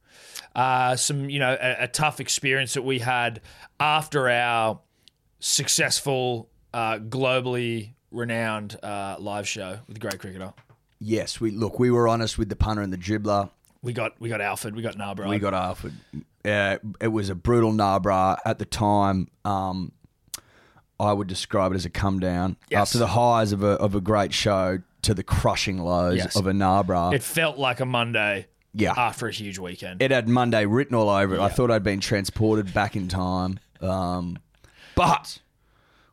Speaker 2: Uh, some, you know, a, a tough experience that we had after our successful, uh, globally renowned uh, live show with the great cricketer.
Speaker 3: Yes, we look. We were honest with the punter and the dribbler.
Speaker 2: We got we got Alfred, we got Narborough.
Speaker 3: We got Alfred. Uh, it was a brutal Nabra at the time. Um, I would describe it as a come down
Speaker 2: Yes.
Speaker 3: after the highs of a of a great show to the crushing lows
Speaker 2: Yes.
Speaker 3: of a Nabra.
Speaker 2: it uh, felt like a Monday
Speaker 3: yeah,
Speaker 2: after a huge weekend.
Speaker 3: it had Monday written all over it. I thought I'd been transported back in time. Um, but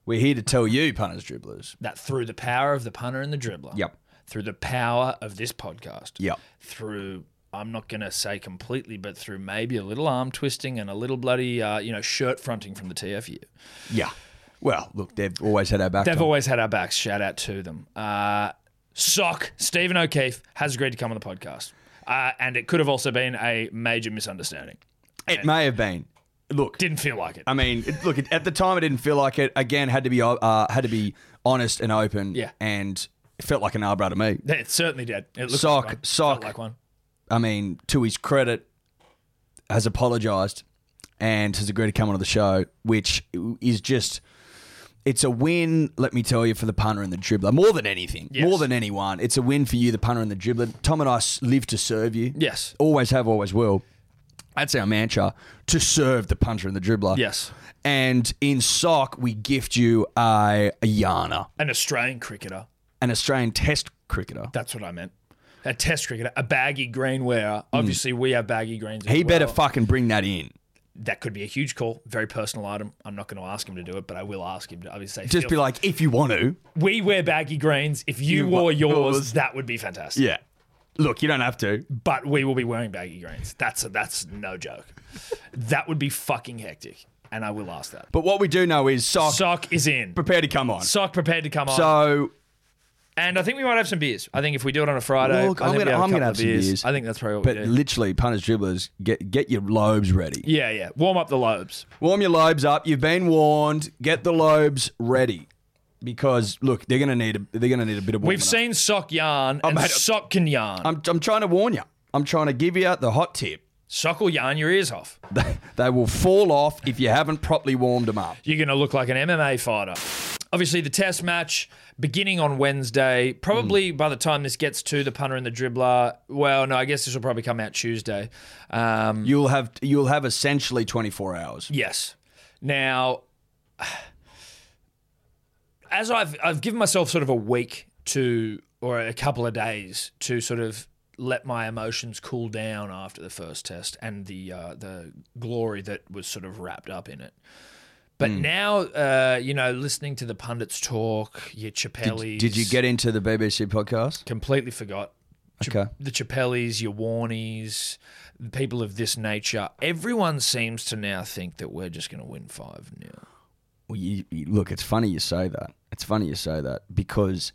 Speaker 3: we're here to tell you, punters, dribblers.
Speaker 2: that through the power of the punter and the dribbler.
Speaker 3: Yep.
Speaker 2: Through the power of this podcast.
Speaker 3: Yep.
Speaker 2: Through I'm not going to say completely, but through maybe a little arm twisting and a little bloody, uh, you know, shirt fronting from the TFU.
Speaker 3: Yeah. Well, look, they've always had our back.
Speaker 2: They've
Speaker 3: Tom.
Speaker 2: always had our backs. Shout out to them. Uh, Sock Stephen O'Keefe has agreed to come on the podcast, uh, and it could have also been a major misunderstanding.
Speaker 3: it may have been. Look,
Speaker 2: Didn't feel like it.
Speaker 3: I mean, it- look, it- at the time it didn't feel like it. Again, had to be uh, had to be honest and open.
Speaker 2: Yeah.
Speaker 3: and it felt like an Arbra to me.
Speaker 2: it certainly did. It looked
Speaker 3: Sock,
Speaker 2: like one.
Speaker 3: sock.
Speaker 2: Felt like one.
Speaker 3: I mean, to his credit, has apologised and has agreed to come on the show, which is just. It's a win, let me tell you, for the punter and the dribbler. More than anything,
Speaker 2: Yes.
Speaker 3: more than anyone, it's a win for you, the punter and the dribbler. Tom and I s- live to serve you.
Speaker 2: Yes.
Speaker 3: Always have, always will. That's our mantra to serve the punter and the dribbler.
Speaker 2: Yes.
Speaker 3: And in sock, we gift you a, a yarner,
Speaker 2: An Australian cricketer.
Speaker 3: an Australian Test cricketer.
Speaker 2: That's what I meant. A test cricketer, a baggy green wearer. Obviously, we have baggy greens. as
Speaker 3: Hmm. He better
Speaker 2: well.
Speaker 3: fucking bring that in.
Speaker 2: that could be a huge call. Very personal item. I'm not going to ask him to do it, but I will ask him to. Obviously,
Speaker 3: Just be like, if you want to.
Speaker 2: we wear baggy greens. If you,
Speaker 3: You wa-
Speaker 2: wore yours,
Speaker 3: yours.
Speaker 2: that would be fantastic.
Speaker 3: Yeah. Look, you don't have to.
Speaker 2: But we will be wearing baggy greens. That's that's no joke. that would be fucking hectic, and I will ask that.
Speaker 3: But what we do know is sock,
Speaker 2: Sock is in.
Speaker 3: prepare to come on.
Speaker 2: Sock prepared to come on.
Speaker 3: So
Speaker 2: And I think we might have some beers. I think if we do it on a Friday,
Speaker 3: Look,
Speaker 2: I
Speaker 3: I'm
Speaker 2: think we
Speaker 3: gonna-
Speaker 2: have a
Speaker 3: I'm gonna
Speaker 2: couple
Speaker 3: have
Speaker 2: of
Speaker 3: some beers.
Speaker 2: I think that's probably what
Speaker 3: but
Speaker 2: we do.
Speaker 3: literally, punters, dribblers, get get your lobes ready.
Speaker 2: yeah, yeah. Warm up the lobes.
Speaker 3: Warm your lobes up. You've been warned. Get the lobes ready. Because look, they're gonna need a they're gonna need a bit of warming
Speaker 2: We've
Speaker 3: up.
Speaker 2: seen sock yarn, and
Speaker 3: mate, I'm-
Speaker 2: sock can yarn.
Speaker 3: I'm, I'm trying to warn you. I'm trying to give you the hot tip.
Speaker 2: sock will yarn your ears off.
Speaker 3: They, they will fall off if you haven't properly warmed them up.
Speaker 2: You're going to look like an MMA fighter. Obviously, the test match beginning on Wednesday. Probably by the time this gets to the punter and the dribbler, well, no, I guess this will probably come out Tuesday. Um,
Speaker 3: You'll have you'll have essentially 24 hours.
Speaker 2: yes. Now, as I've I've given myself sort of a week to or a couple of days to sort of let my emotions cool down after the first test and the uh, the glory that was sort of wrapped up in it. But
Speaker 3: Hmm.
Speaker 2: now, uh, you know, listening to the pundits talk, your Chappellis.
Speaker 3: Did you get into the BBC podcast?
Speaker 2: Completely forgot. Chap-
Speaker 3: Okay.
Speaker 2: The Chappellis, your Warnies, the people of this nature. Everyone seems to now think that we're just going to win 5 0.
Speaker 3: Well, you, you- look, it's funny you say that. It's funny you say that because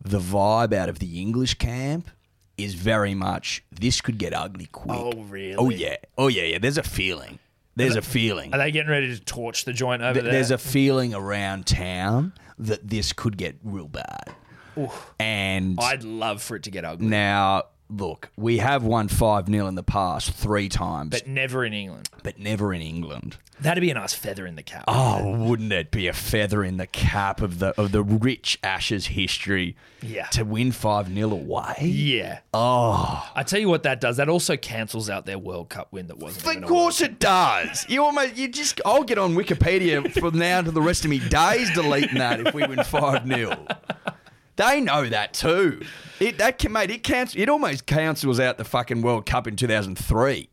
Speaker 3: the vibe out of the English camp is very much this could get ugly quick.
Speaker 2: Oh, really?
Speaker 3: Oh yeah. Oh yeah, yeah. There's a feeling. There's a feeling.
Speaker 2: Are they getting ready to torch the joint over
Speaker 3: Th-
Speaker 2: there?
Speaker 3: There's a feeling around town that this could get real bad. And
Speaker 2: I'd love for it to get ugly,
Speaker 3: now, look, we have won 5 0 in the past three times, but,
Speaker 2: but never in England.
Speaker 3: never in England.
Speaker 2: That'd be a nice feather in the cap.
Speaker 3: Oh, wouldn't it be a feather in the cap of the of the rich Ashes history
Speaker 2: Yeah.
Speaker 3: to win 5 0 away?
Speaker 2: Yeah.
Speaker 3: Oh.
Speaker 2: I tell you what that does. That also cancels out their World Cup win that wasn't.
Speaker 3: Of
Speaker 2: even a
Speaker 3: course it does. You almost, you just, I'll get on Wikipedia from now to the rest of me days deleting that if we win 5 0. They know that too. It, that can, mate, it, cancel, it almost cancels out the fucking World Cup in 2003.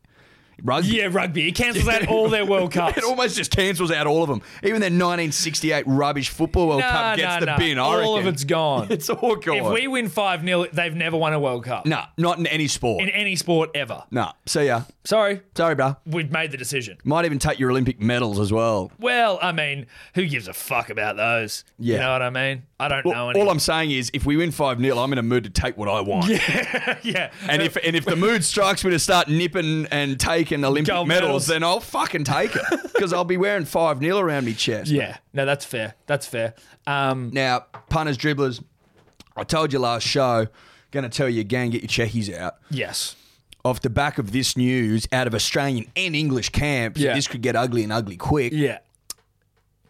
Speaker 3: Rugby.
Speaker 2: Yeah, rugby. It cancels out all their World Cups.
Speaker 3: It almost just cancels out all of them. Even their 1968 rubbish Football World
Speaker 2: Nah,
Speaker 3: Cup gets
Speaker 2: nah,
Speaker 3: the
Speaker 2: nah.
Speaker 3: bin, I
Speaker 2: All
Speaker 3: reckon.
Speaker 2: of it's gone.
Speaker 3: It's all gone.
Speaker 2: if we win 5 0, they've never won a World Cup
Speaker 3: nah, not in any sport.
Speaker 2: in any sport ever.
Speaker 3: nah, see ya.
Speaker 2: Sorry,
Speaker 3: Sorry, bro.
Speaker 2: we've made the decision.
Speaker 3: Might even take your Olympic medals as well.
Speaker 2: Well, I mean, who gives a fuck about those? You
Speaker 3: Yeah.
Speaker 2: know what I mean? I don't know
Speaker 3: Well,
Speaker 2: anything.
Speaker 3: all I'm saying is, if we win five 0 I'm in a mood to take what I want.
Speaker 2: yeah.
Speaker 3: And if and if the mood strikes me to start nipping and taking Olympic
Speaker 2: Gold
Speaker 3: medals,
Speaker 2: medals.
Speaker 3: then I'll fucking take it because I'll be wearing five 0 around me chest.
Speaker 2: yeah. No, that's fair. That's fair. Um,
Speaker 3: Now, punters, dribblers, I told you last show. Going to tell you again, get your checkies out.
Speaker 2: yes.
Speaker 3: Off the back of this news, out of Australian and English camps,
Speaker 2: Yeah.
Speaker 3: this could get ugly and ugly quick.
Speaker 2: Yeah.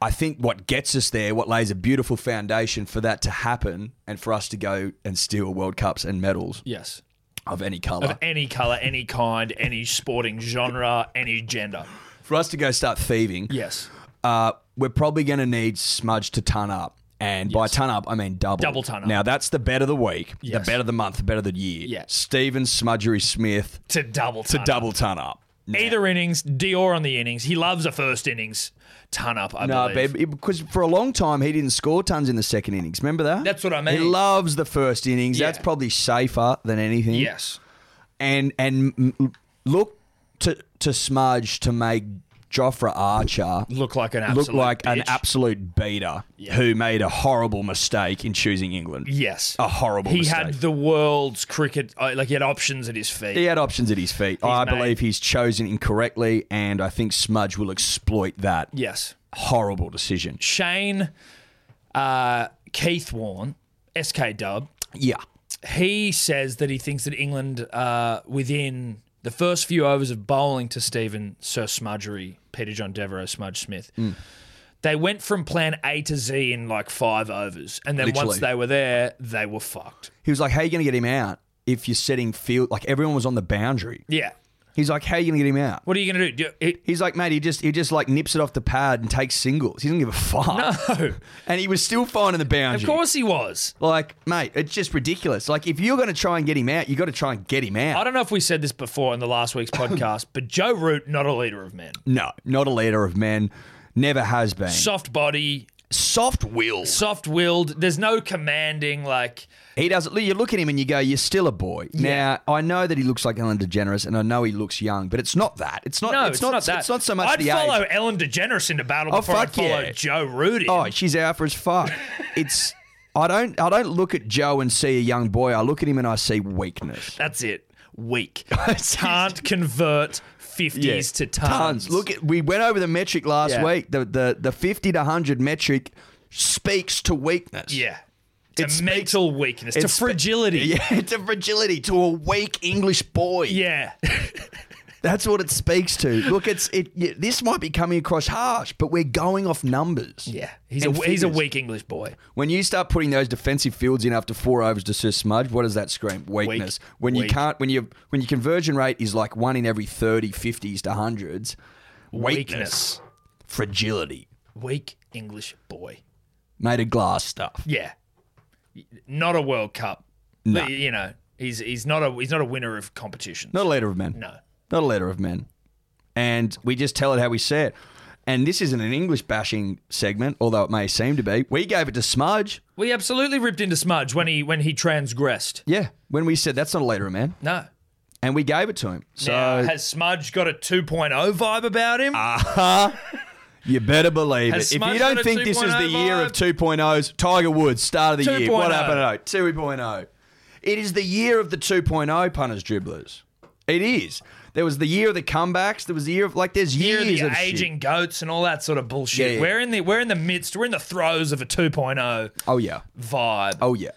Speaker 3: I think what gets us there, what lays a beautiful foundation for that to happen, and for us to go and steal World Cups and medals
Speaker 2: Yes.
Speaker 3: of any colour.
Speaker 2: Of any colour, any kind, any sporting genre, any gender.
Speaker 3: for us to go start thieving,
Speaker 2: Yes.
Speaker 3: uh, we're probably going to need Smudge to ton up. And by ton up, I mean double.
Speaker 2: Double ton up.
Speaker 3: Now, that's the bet of the week,
Speaker 2: Yes.
Speaker 3: the bet of the month, the bet of the year.
Speaker 2: Yeah.
Speaker 3: Stephen Smudgery Smith
Speaker 2: To double
Speaker 3: to
Speaker 2: ton.
Speaker 3: double ton up.
Speaker 2: Either innings, Dior on the innings. He loves a first innings ton up, I
Speaker 3: No,
Speaker 2: believe.
Speaker 3: babe, it- because for a long time he didn't score tons in the second innings. Remember that?
Speaker 2: That's what I
Speaker 3: He
Speaker 2: mean.
Speaker 3: loves the first innings.
Speaker 2: Yeah.
Speaker 3: That's probably safer than anything.
Speaker 2: Yes.
Speaker 3: and and m- look to to Smudge to make Jofra Archer
Speaker 2: Look like an absolute
Speaker 3: look like an
Speaker 2: bitch.
Speaker 3: absolute beater who made a horrible mistake in choosing England.
Speaker 2: Yes.
Speaker 3: A horrible
Speaker 2: He
Speaker 3: mistake.
Speaker 2: had the world's cricket, uh, like he had options at his feet.
Speaker 3: he had options at his feet. I
Speaker 2: made-
Speaker 3: believe he's chosen incorrectly, and I think Smudge will exploit that
Speaker 2: Yes.
Speaker 3: horrible decision.
Speaker 2: Shane, uh, Keith Warren, SK Dub,
Speaker 3: Yeah.
Speaker 2: he says that he thinks that England, uh, within the first few overs of bowling to Stephen Sir Smudgery, Peter John Devereux, Smudge Smith, they went from plan A to Z in like five overs. And then once
Speaker 3: Literally.
Speaker 2: they were there, they were fucked.
Speaker 3: He was like, How are you going to get him out if you're setting field? Like, everyone was on the boundary.
Speaker 2: Yeah.
Speaker 3: He's like, How are you going to get him out?
Speaker 2: What are you going to do? do it,
Speaker 3: He's like, mate, he just he just like nips it off the pad and takes singles. He doesn't give a fuck. No. And he was still finding the boundary.
Speaker 2: of course he was.
Speaker 3: Like, mate, it's just ridiculous. Like, if you're going to try and get him out, you got to try and get him
Speaker 2: I
Speaker 3: out.
Speaker 2: don't know if we said this before in the last week's podcast, but Joe Root, not a leader of men.
Speaker 3: No, not a leader of men. Never has been.
Speaker 2: Soft body,
Speaker 3: Soft will.
Speaker 2: soft willed. There's no commanding, like,
Speaker 3: He doesn't. You look at him and you go, "You're still a boy." Now I know that he looks like Ellen DeGeneres, and I know he looks young, but it's not that. It's not.
Speaker 2: no,
Speaker 3: it's, not,
Speaker 2: that.
Speaker 3: It's not so much
Speaker 2: I'd
Speaker 3: the
Speaker 2: follow
Speaker 3: age. Oh,
Speaker 2: Ellen DeGeneres into battle before I'd
Speaker 3: fuck
Speaker 2: follow
Speaker 3: yeah.
Speaker 2: Joe Rudy.
Speaker 3: Oh, she's alpha as fuck. it's. I don't. I don't look at Joe and see a young boy. I look at him and I see weakness.
Speaker 2: That's it. Weak. Can't convert 50s to tons.
Speaker 3: Look, at, we went over the metric last
Speaker 2: Yeah.
Speaker 3: week. The, the the fifty to hundred metric speaks to weakness.
Speaker 2: Yeah. To
Speaker 3: It speaks-
Speaker 2: mental weakness, to
Speaker 3: it's-
Speaker 2: fragility.
Speaker 3: Yeah, to fragility, to a weak English boy.
Speaker 2: yeah.
Speaker 3: That's what it speaks to. Look, it's it. Yeah, this might be coming across harsh, but we're going off numbers.
Speaker 2: Yeah. He's, a,
Speaker 3: And
Speaker 2: he's a
Speaker 3: figures.
Speaker 2: weak English boy.
Speaker 3: When you start putting those defensive fields in after four overs to Sir Smudge, what does that scream? Weakness. When you
Speaker 2: Weak.
Speaker 3: can't, when you when your conversion rate is like one in every 30, 50s to hundreds,
Speaker 2: Weakness.
Speaker 3: fragility,
Speaker 2: Weak English boy.
Speaker 3: made of glass stuff.
Speaker 2: Yeah. Not a World Cup. But, You know, he's he's not a he's not a winner of competitions.
Speaker 3: Not a leader of men.
Speaker 2: No.
Speaker 3: Not a leader of men. And we just tell it how we say it. And this isn't an English bashing segment, although it may seem to be. We gave it to Smudge.
Speaker 2: We absolutely ripped into Smudge when he when he transgressed.
Speaker 3: Yeah, when we said that's not a leader of men,
Speaker 2: No.
Speaker 3: and we gave it to him. So Uh,
Speaker 2: now, has Smudge got a 2.0 vibe about him?
Speaker 3: You better believe
Speaker 2: Has
Speaker 3: it. If
Speaker 2: Smudge
Speaker 3: you
Speaker 2: got
Speaker 3: don't
Speaker 2: a oh,
Speaker 3: think this is the
Speaker 2: 2.0
Speaker 3: year of 2.0s, Tiger Woods, start of the year. What
Speaker 2: 2.0.
Speaker 3: happened Oh, to 2.0? oh, It is the year of the 2.0 punters dribblers. It is. There was the year of the comebacks. There was the year of like there's
Speaker 2: Here are
Speaker 3: years
Speaker 2: the
Speaker 3: of shit.
Speaker 2: aging goats and all that sort of bullshit.
Speaker 3: Yeah, yeah.
Speaker 2: We're in the we're in the midst. We're in the throes of a 2.0
Speaker 3: Oh yeah.
Speaker 2: vibe.
Speaker 3: Oh yeah.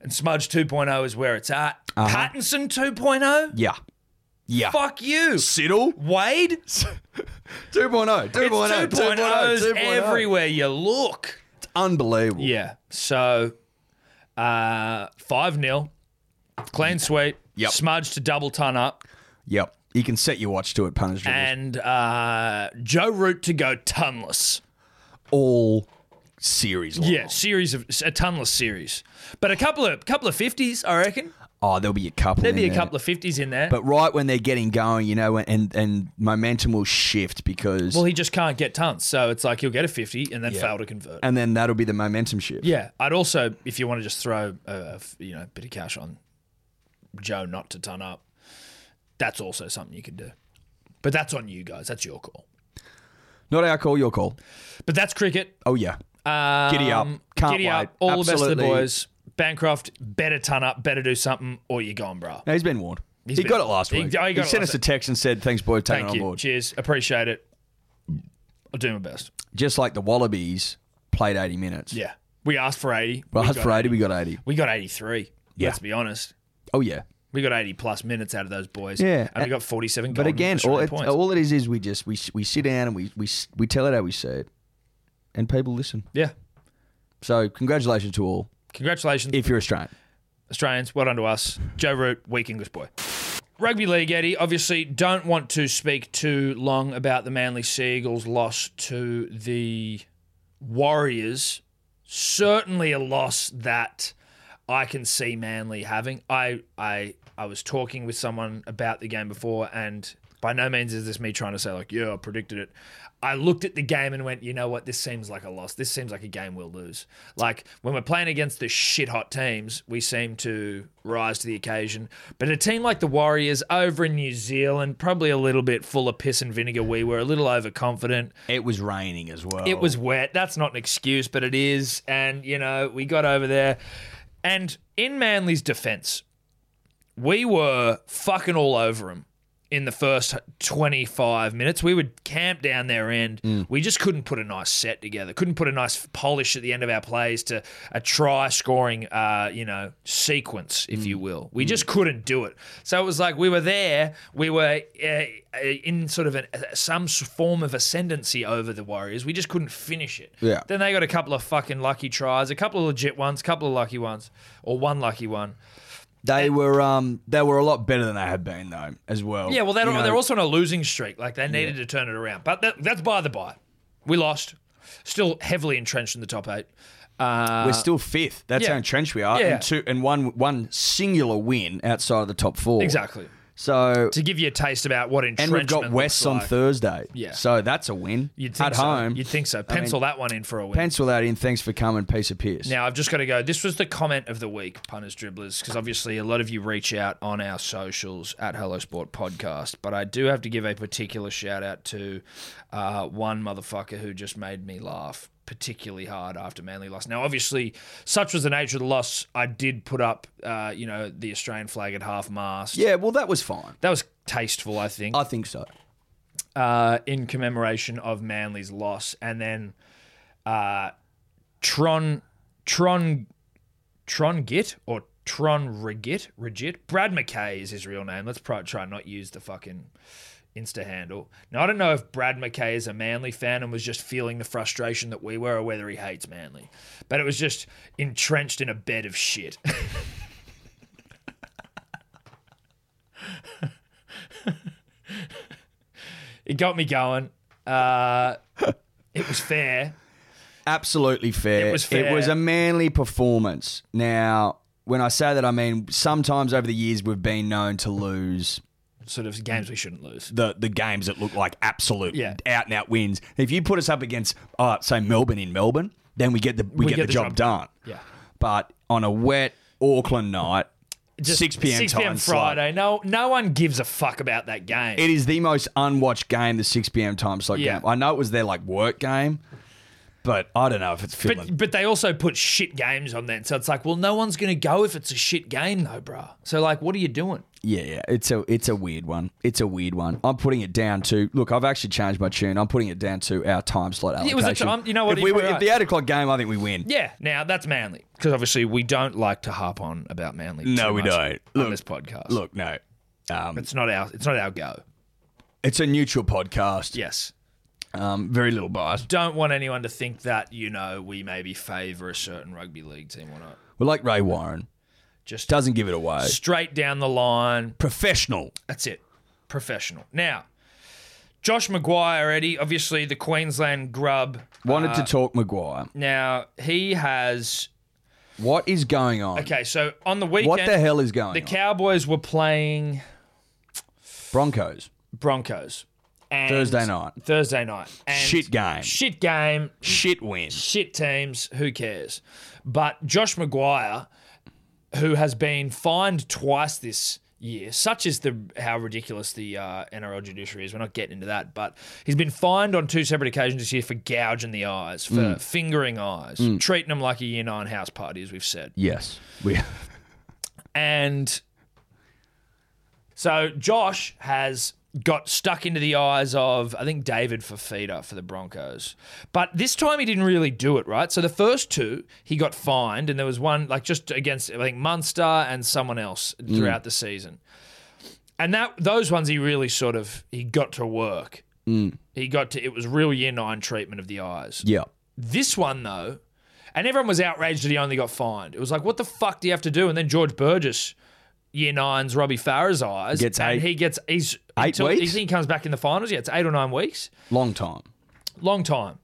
Speaker 2: And Smudge 2.0 is where it's at.
Speaker 3: Uh-huh.
Speaker 2: Pattinson 2.0.
Speaker 3: Yeah. Yeah.
Speaker 2: Fuck you,
Speaker 3: Siddle.
Speaker 2: Wade.
Speaker 3: 2.0. 2.0.
Speaker 2: It's
Speaker 3: 2.0.
Speaker 2: 2.0s
Speaker 3: 2.0.
Speaker 2: everywhere you look.
Speaker 3: It's unbelievable.
Speaker 2: Yeah. So, uh, 5 0, clean sweep,
Speaker 3: Yep.
Speaker 2: smudge to double ton up,
Speaker 3: Yep. You can set your watch to it, punish dribbles.
Speaker 2: and uh, Joe Root to go tonless.
Speaker 3: all series long.
Speaker 2: Yeah, series of a tonless series, but a couple of couple of fifties, I reckon.
Speaker 3: Oh, there'll be a couple.
Speaker 2: There'd be a couple of fifties in there.
Speaker 3: But right when they're getting going, you know, and and momentum will shift because
Speaker 2: well, he just can't get tons, so it's like he'll get a fifty and then fail to convert.
Speaker 3: and then that'll be the momentum shift.
Speaker 2: Yeah, I'd also, if you want to just throw a- a f- you know bit of cash on Joe not to ton up, that's also something you can do. But that's on you guys. That's your call.
Speaker 3: Not our call, your call.
Speaker 2: But that's cricket.
Speaker 3: Oh yeah.
Speaker 2: Um,
Speaker 3: Giddy up. Can't
Speaker 2: giddy
Speaker 3: wait.
Speaker 2: up. All the best to the
Speaker 3: Absolutely.
Speaker 2: boys. Bancroft, better ton up, better do something, or you're gone, bruh.
Speaker 3: No, he's been warned. he
Speaker 2: been-
Speaker 3: got it last
Speaker 2: he-
Speaker 3: week.
Speaker 2: oh, he
Speaker 3: He,
Speaker 2: got it
Speaker 3: sent
Speaker 2: last
Speaker 3: us a text and said, "Thanks, boy, taking
Speaker 2: Thank
Speaker 3: it
Speaker 2: you.
Speaker 3: on board."
Speaker 2: Cheers. Appreciate it. I'll do my best.
Speaker 3: Just like the Wallabies played 80 minutes.
Speaker 2: Yeah. We asked for 80.
Speaker 3: Well,
Speaker 2: we,
Speaker 3: that's
Speaker 2: got,
Speaker 3: for 80, we got 80.
Speaker 2: we got 83.
Speaker 3: Yeah.
Speaker 2: Let's be honest.
Speaker 3: Oh yeah.
Speaker 2: We got 80 plus minutes out of those boys.
Speaker 3: Yeah.
Speaker 2: And we Oh, got 47
Speaker 3: But
Speaker 2: golden
Speaker 3: again, all
Speaker 2: Australian
Speaker 3: it,
Speaker 2: points.
Speaker 3: all it is is we just we we sit down and we we we tell it how we say it, and people listen.
Speaker 2: yeah.
Speaker 3: So congratulations to all.
Speaker 2: Congratulations,
Speaker 3: If you're Australian,
Speaker 2: Australians. Well done to us. Joe Root, weak English boy. Rugby League, Eddie. Obviously, don't want to speak too long about the Manly Seagulls' loss to the Warriors. Certainly a loss that I can see Manly having. I I I was talking with someone about the game before, and by no means is this me trying to say like, yeah, I predicted it. I looked at the game and went, you know what, this seems like a loss. This seems like a game we'll lose. Like when we're playing against the shit hot teams, we seem to rise to the occasion. But a team like the Warriors over in New Zealand, probably a little bit full of piss and vinegar. We were a little overconfident.
Speaker 3: it was raining as well.
Speaker 2: It was wet. That's not an excuse, but it is. And, you know, we got over there. And in Manly's defense, we were fucking all over him in the first 25 minutes. We would camp down their end. We just couldn't put a nice set together. Couldn't put a nice polish at the end of our plays to a try scoring, uh, you know, sequence, if you will. We just couldn't do it. So it was like we were there. We were uh, in sort of an, uh, some form of ascendancy over the Warriors. We just couldn't finish it.
Speaker 3: Yeah.
Speaker 2: Then they got a couple of fucking lucky tries, a couple of legit ones, a couple of lucky ones, or one lucky one.
Speaker 3: They were um they were a lot better than they had been though as well.
Speaker 2: Yeah, well, they're,
Speaker 3: You know,
Speaker 2: they're also on a losing streak. Like, they needed to turn it around. But that, that's by the by. We lost. Still heavily entrenched in the top eight. Uh,
Speaker 3: we're still fifth. That's
Speaker 2: yeah.
Speaker 3: how entrenched we are.
Speaker 2: Yeah.
Speaker 3: And two and one one singular win outside of the top four.
Speaker 2: exactly.
Speaker 3: So
Speaker 2: To give you a taste about what
Speaker 3: and
Speaker 2: entrenchment
Speaker 3: we've got West
Speaker 2: looks
Speaker 3: on
Speaker 2: like.
Speaker 3: Thursday.
Speaker 2: Yeah.
Speaker 3: So that's a win.
Speaker 2: You'd think
Speaker 3: At
Speaker 2: so.
Speaker 3: home.
Speaker 2: You'd think so. Pencil that one in for a win.
Speaker 3: Pencil that in. Thanks for coming, piece of piss.
Speaker 2: Now I've just got to go. This was the comment of the week, punters, dribblers, because obviously a lot of you reach out on our socials at Hello Sport Podcast. But I do have to give a particular shout out to uh, one motherfucker who just made me laugh particularly hard after Manly lost. Now, obviously, such was the nature of the loss. I did put up, uh, you know, the Australian flag at half mast.
Speaker 3: yeah, well that was fine.
Speaker 2: That was tasteful, I think
Speaker 3: I think so.
Speaker 2: uh, in commemoration of Manly's loss, and then uh, Tron Tron Tron Git or Tron Regit Regit. Brad McKay is his real name. Let's pro- try and not use the fucking Insta handle. Now I don't know if Brad McKay is a Manly fan and was just feeling the frustration that we were, or whether he hates Manly. But it was just entrenched in a bed of shit. it got me going. Uh, it was fair.
Speaker 3: Absolutely fair.
Speaker 2: It was fair.
Speaker 3: It was a manly performance. Now, when I say that, I mean sometimes over the years we've been known to lose
Speaker 2: Sort of games we shouldn't lose.
Speaker 3: the the games that look like absolute
Speaker 2: Yeah.
Speaker 3: out and out wins. If you put us up against, uh, say Melbourne in Melbourne, then we get the we, get, the, job, done.
Speaker 2: Yeah.
Speaker 3: But on a wet Auckland night,
Speaker 2: Just
Speaker 3: six p.m.
Speaker 2: 6
Speaker 3: time
Speaker 2: p.m.
Speaker 3: slot,
Speaker 2: Friday. No, no one gives a fuck about that game.
Speaker 3: It is the most unwatched game, the six p.m. time slot
Speaker 2: Yeah.
Speaker 3: game. I know it was their like work game, But I don't know if it's feeling.
Speaker 2: But but they also put shit games on then, so it's like, well, no one's gonna go if it's a shit game though, bruh. So like, what are you doing?
Speaker 3: Yeah, yeah, it's a it's a weird one. It's a weird one. I'm putting it down to look. I've actually changed my tune. I'm putting it down to our time slot
Speaker 2: Yeah,
Speaker 3: allocation.
Speaker 2: it was a time- you know what,
Speaker 3: If,
Speaker 2: you
Speaker 3: we,
Speaker 2: were
Speaker 3: were-
Speaker 2: right.
Speaker 3: if the eight o'clock game, I think we win.
Speaker 2: Yeah, now that's manly because obviously we don't like to harp on about manly.
Speaker 3: No,
Speaker 2: too
Speaker 3: we
Speaker 2: much
Speaker 3: don't.
Speaker 2: on
Speaker 3: Look-
Speaker 2: this podcast.
Speaker 3: Look, no, um,
Speaker 2: it's not our it's not our go.
Speaker 3: it's a neutral podcast.
Speaker 2: Yes,
Speaker 3: Um, very little bias.
Speaker 2: don't want anyone to think that you know we maybe favour a certain rugby league team or not.
Speaker 3: We're like Ray Warren.
Speaker 2: Just
Speaker 3: Doesn't give it away.
Speaker 2: straight down the line.
Speaker 3: Professional.
Speaker 2: That's it. Professional. Now, Josh Maguire, Eddie, obviously the Queensland grub.
Speaker 3: Wanted
Speaker 2: Uh,
Speaker 3: to talk Maguire.
Speaker 2: Now he has
Speaker 3: What is going on?
Speaker 2: okay. So on the weekend,
Speaker 3: what the hell is going
Speaker 2: the
Speaker 3: on?
Speaker 2: Cowboys were playing
Speaker 3: Broncos.
Speaker 2: Broncos. And
Speaker 3: Thursday night.
Speaker 2: Thursday night. And
Speaker 3: Shit game.
Speaker 2: Shit game.
Speaker 3: Shit win.
Speaker 2: Shit teams. Who cares? But Josh Maguire, who has been fined twice this year, such is the how ridiculous the uh, NRL judiciary is. We're not getting into that, but he's been fined on two separate occasions this year for gouging the eyes, for fingering eyes, treating them like a year nine house party, as we've said.
Speaker 3: Yes. We.
Speaker 2: And so Josh has got stuck into the eyes of, I think, David Fafita for the Broncos. But this time he didn't really do it, right? So the first two, he got fined, and there was one, like, just against, I think, Munster and someone else throughout the season. And that those ones he really sort of he got to work. He got to it was real year nine treatment of the eyes.
Speaker 3: Yeah.
Speaker 2: This one though, and everyone was outraged that he only got fined. It was like, what the fuck do you have to do? And then George Burgess, year nine's Robbie Farah's eyes,
Speaker 3: Gets
Speaker 2: and
Speaker 3: eight-
Speaker 2: he gets he's
Speaker 3: eight
Speaker 2: until-
Speaker 3: weeks?
Speaker 2: He, he comes back in the finals. Yeah, it's eight or nine weeks,
Speaker 3: Long time.
Speaker 2: long time.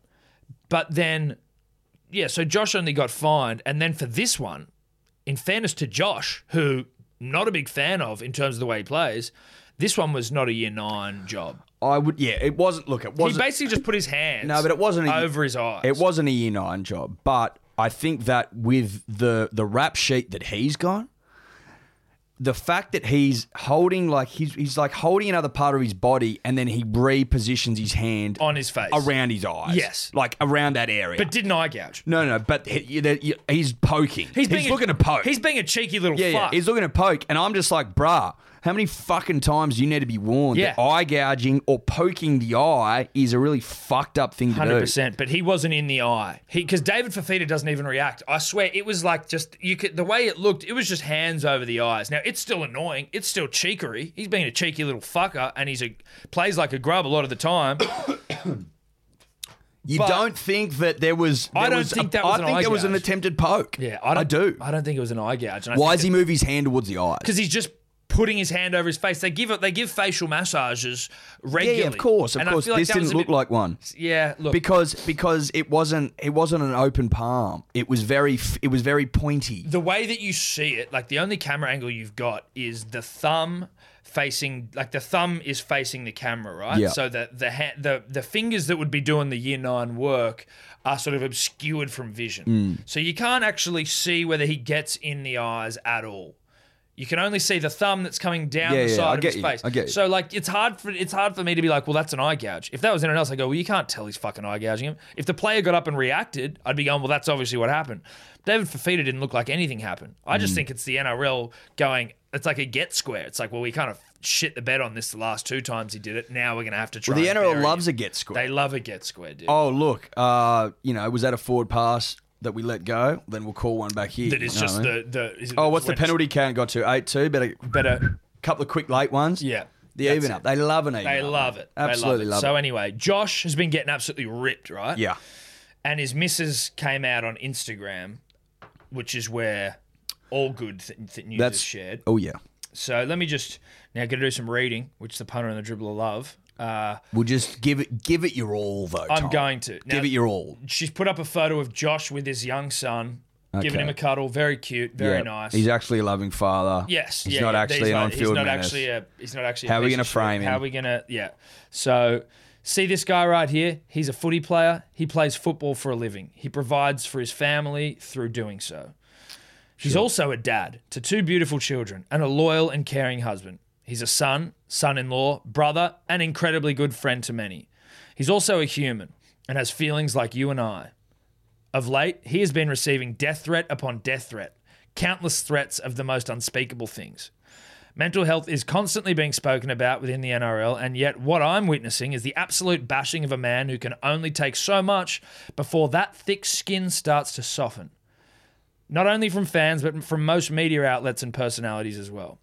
Speaker 2: But then, yeah, so Josh only got fined, and then for this one, in fairness to Josh, who not a big fan of in terms of the way he plays, this one was not a year nine job.
Speaker 3: I would. Yeah. It wasn't. Look. It
Speaker 2: he
Speaker 3: wasn't.
Speaker 2: basically just put his hands
Speaker 3: No, but it wasn't a-
Speaker 2: over his eyes.
Speaker 3: It wasn't a year nine job, but I think that with the the rap sheet that he's got, the fact that he's holding like he's he's like holding another part of his body and then he repositions his hand
Speaker 2: on his face.
Speaker 3: around his eyes.
Speaker 2: Yes.
Speaker 3: like around that area.
Speaker 2: But didn't I gouge?
Speaker 3: no, no, but he, that- he- he's poking. He's, looking
Speaker 2: a,
Speaker 3: to poke.
Speaker 2: He's being a cheeky little
Speaker 3: yeah, yeah,
Speaker 2: fuck.
Speaker 3: he's looking to poke, and I'm just like, bruh. How many fucking times do you need to be warned that
Speaker 2: Yeah.
Speaker 3: eye gouging or poking the eye is a really fucked up thing to
Speaker 2: Hundred
Speaker 3: do?
Speaker 2: percent, but he wasn't in the eye. He because David Fafita doesn't even react. I swear, it was like just you could the way it looked. It was just hands over the eyes. Now it's still annoying. It's still cheekery. He's being a cheeky little fucker, and he's a plays like a grub a lot of the time.
Speaker 3: You
Speaker 2: But-
Speaker 3: don't think that there was?
Speaker 2: I
Speaker 3: there
Speaker 2: don't
Speaker 3: was a-
Speaker 2: think that was
Speaker 3: I
Speaker 2: an
Speaker 3: think
Speaker 2: eye
Speaker 3: there was an
Speaker 2: gouge.
Speaker 3: attempted poke.
Speaker 2: Yeah, I, don't,
Speaker 3: do.
Speaker 2: I don't think it was an eye gouge. and I
Speaker 3: Why
Speaker 2: think
Speaker 3: does he move his hand towards the eyes?
Speaker 2: because he's just putting his hand over his face. They give it. They give facial massages
Speaker 3: Yeah,
Speaker 2: regularly.
Speaker 3: yeah, of course, of
Speaker 2: And I
Speaker 3: course.
Speaker 2: feel like
Speaker 3: this
Speaker 2: that was
Speaker 3: didn't
Speaker 2: a
Speaker 3: look
Speaker 2: bit-
Speaker 3: like one
Speaker 2: Yeah, look.
Speaker 3: because because it wasn't it wasn't an open palm. It was very f- it was very pointy.
Speaker 2: the way that you see it, like the only camera angle you've got is the thumb facing, like the thumb is facing the camera, right?
Speaker 3: Yeah.
Speaker 2: So that the ha- the the fingers that would be doing the year nine work are sort of obscured from vision,
Speaker 3: Mm.
Speaker 2: so you can't actually see whether he gets in the eyes at all. You can only see the thumb that's coming down
Speaker 3: Yeah,
Speaker 2: the
Speaker 3: yeah,
Speaker 2: side
Speaker 3: I
Speaker 2: of
Speaker 3: get
Speaker 2: his
Speaker 3: you,
Speaker 2: face.
Speaker 3: I get you.
Speaker 2: So like it's hard for it's hard for me to be like, well, that's an eye gouge. If that was anyone else, I go, well, you can't tell he's fucking eye gouging him. If the player got up and reacted, I'd be going, well, that's obviously what happened. David Fafita didn't look like anything happened. I
Speaker 3: Hmm.
Speaker 2: just think it's the NRL going. It's like a get square. It's like, well, we kind of shit the bed on this the last two times he did it. Now we're gonna have to try.
Speaker 3: The
Speaker 2: and
Speaker 3: NRL
Speaker 2: bury
Speaker 3: loves
Speaker 2: him.
Speaker 3: a get square.
Speaker 2: They love a get square, dude.
Speaker 3: oh look, uh, you know, was that a forward pass that we let go? Then we'll call one back here.
Speaker 2: that is
Speaker 3: You know
Speaker 2: just
Speaker 3: what I
Speaker 2: the
Speaker 3: mean?
Speaker 2: the. Is it
Speaker 3: Oh, what's the
Speaker 2: when-
Speaker 3: penalty count got to? 8 2, but a
Speaker 2: Better.
Speaker 3: couple of quick late ones.
Speaker 2: Yeah.
Speaker 3: The
Speaker 2: That's
Speaker 3: even
Speaker 2: it.
Speaker 3: up. They love an even
Speaker 2: They
Speaker 3: up,
Speaker 2: love
Speaker 3: mate.
Speaker 2: it.
Speaker 3: Absolutely
Speaker 2: they love it. so anyway, Josh has been getting absolutely ripped, right?
Speaker 3: yeah.
Speaker 2: and his missus came out on Instagram, which is where all good th- th- news
Speaker 3: That's
Speaker 2: is shared.
Speaker 3: Oh yeah.
Speaker 2: So let me just now going to do some reading, which the punter and the dribbler love. Uh,
Speaker 3: We'll just give it give it your all though.
Speaker 2: I'm
Speaker 3: Tom.
Speaker 2: going to now,
Speaker 3: Give it your all.
Speaker 2: She's put up a photo of Josh with his young son, giving
Speaker 3: Okay.
Speaker 2: him a cuddle. Very cute, very
Speaker 3: Yeah.
Speaker 2: nice.
Speaker 3: He's actually a loving father.
Speaker 2: yes,
Speaker 3: He's
Speaker 2: yeah,
Speaker 3: not
Speaker 2: yeah,
Speaker 3: actually
Speaker 2: he's
Speaker 3: an
Speaker 2: not-
Speaker 3: on-field
Speaker 2: He's not
Speaker 3: menace.
Speaker 2: actually a. He's not actually. a
Speaker 3: How are we
Speaker 2: piece
Speaker 3: gonna
Speaker 2: of shit.
Speaker 3: frame him?
Speaker 2: How are we gonna? Yeah. So. See this guy right here? He's a footy player. He plays football for a living. He provides for his family through doing so. He's also a dad to two beautiful children and a loyal and caring husband. He's a son, son in law, brother, and incredibly good friend to many. He's also a human and has feelings like you and I. Of late, he has been receiving death threat upon death threat, countless threats of the most unspeakable things. Mental health is constantly being spoken about within the NRL, and yet what I'm witnessing is the absolute bashing of a man who can only take so much before that thick skin starts to soften. Not only from fans, but from most media outlets and personalities as well.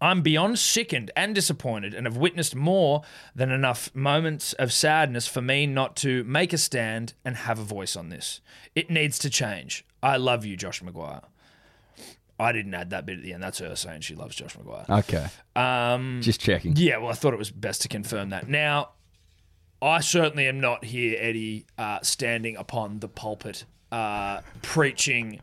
Speaker 2: I'm beyond sickened and disappointed, and have witnessed more than enough moments of sadness for me not to make a stand and have a voice on this. It needs to change. I love you, Josh Maguire. I didn't add that bit at the end. That's her saying she loves Josh Maguire.
Speaker 3: Okay.
Speaker 2: Um,
Speaker 3: Just checking.
Speaker 2: yeah, well, I thought it was best to confirm that. Now, I certainly am not here, Eddie, uh, standing upon the pulpit uh, preaching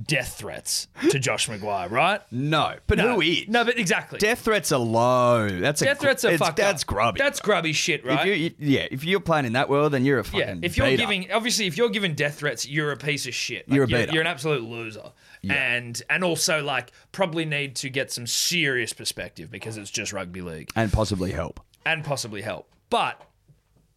Speaker 2: death threats to Josh Maguire, right?
Speaker 3: No, but
Speaker 2: No.
Speaker 3: who is?
Speaker 2: No, but exactly.
Speaker 3: Death threats are low. That's
Speaker 2: Death
Speaker 3: a,
Speaker 2: threats are
Speaker 3: it's-
Speaker 2: fucked
Speaker 3: That's
Speaker 2: up.
Speaker 3: grubby.
Speaker 2: That's grubby shit,
Speaker 3: if
Speaker 2: right?
Speaker 3: you, you- yeah, if you're playing in that world, then you're a fucking
Speaker 2: yeah. If you're
Speaker 3: beater.
Speaker 2: giving, obviously, if you're giving death threats, you're a piece of shit. Like,
Speaker 3: You're a
Speaker 2: you're,
Speaker 3: beta.
Speaker 2: you're an absolute loser, and and also like probably need to get some serious perspective because it's just rugby league.
Speaker 3: and possibly help.
Speaker 2: and possibly help. But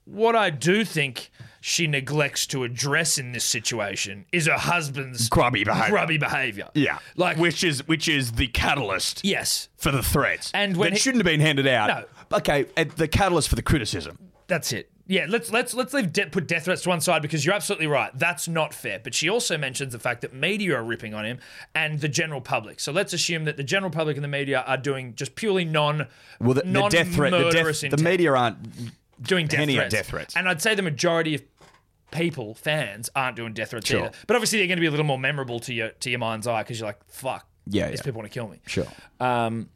Speaker 2: what I do think she neglects to address in this situation is her husband's
Speaker 4: Grubby behaviour.
Speaker 2: grubby behaviour.
Speaker 4: Yeah,
Speaker 2: Like,
Speaker 4: which is which is the catalyst
Speaker 2: yes,
Speaker 4: for the threats
Speaker 2: And when
Speaker 4: that
Speaker 2: he-
Speaker 4: shouldn't have been handed out.
Speaker 3: No.
Speaker 4: Okay, and the catalyst for the criticism.
Speaker 2: that's it. Yeah, let's let's let's leave de- put death threats to one side because you're absolutely right. That's not fair. But she also mentions the fact that media are ripping on him and the general public. So let's assume that the general public and the media are doing just purely non
Speaker 3: Well, the, the
Speaker 2: non
Speaker 3: death threat, the, death, the media aren't.
Speaker 2: doing death
Speaker 4: Any of
Speaker 2: threats.
Speaker 4: death threats.
Speaker 2: And I'd say the majority of people, fans, aren't doing death threats either. But obviously, they're going to be a little more memorable to your to your mind's eye because you're like, fuck,
Speaker 3: Yeah,
Speaker 2: these
Speaker 3: yeah.
Speaker 2: people want to kill me.
Speaker 3: Sure,
Speaker 2: Um,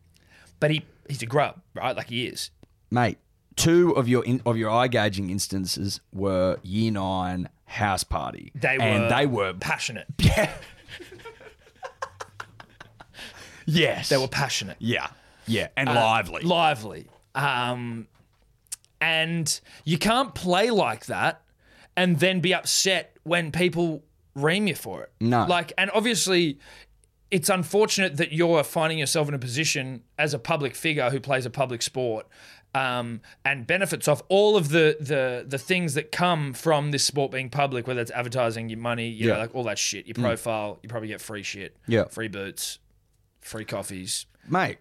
Speaker 2: but he he's a grub, right? Like he is.
Speaker 3: mate. Two of your in, of your eye gauging instances were year nine house party.
Speaker 2: They were
Speaker 3: and they were
Speaker 2: passionate.
Speaker 4: Yes,
Speaker 2: They were Uh, passionate,
Speaker 4: yeah, yeah, and lively.
Speaker 2: lively. Um, and you can't play like that and then be upset when people ream you for it.
Speaker 3: No.
Speaker 2: Like, and obviously, it's unfortunate that you're finding yourself in a position as a public figure who plays a public sport um, and benefits off all of the, the the things that come from this sport being public, whether it's advertising, your money, you know,
Speaker 3: Yeah. Mm.
Speaker 2: like all that shit, your profile, you probably get free shit,
Speaker 3: Yeah.
Speaker 2: free boots, free coffees,
Speaker 3: mate.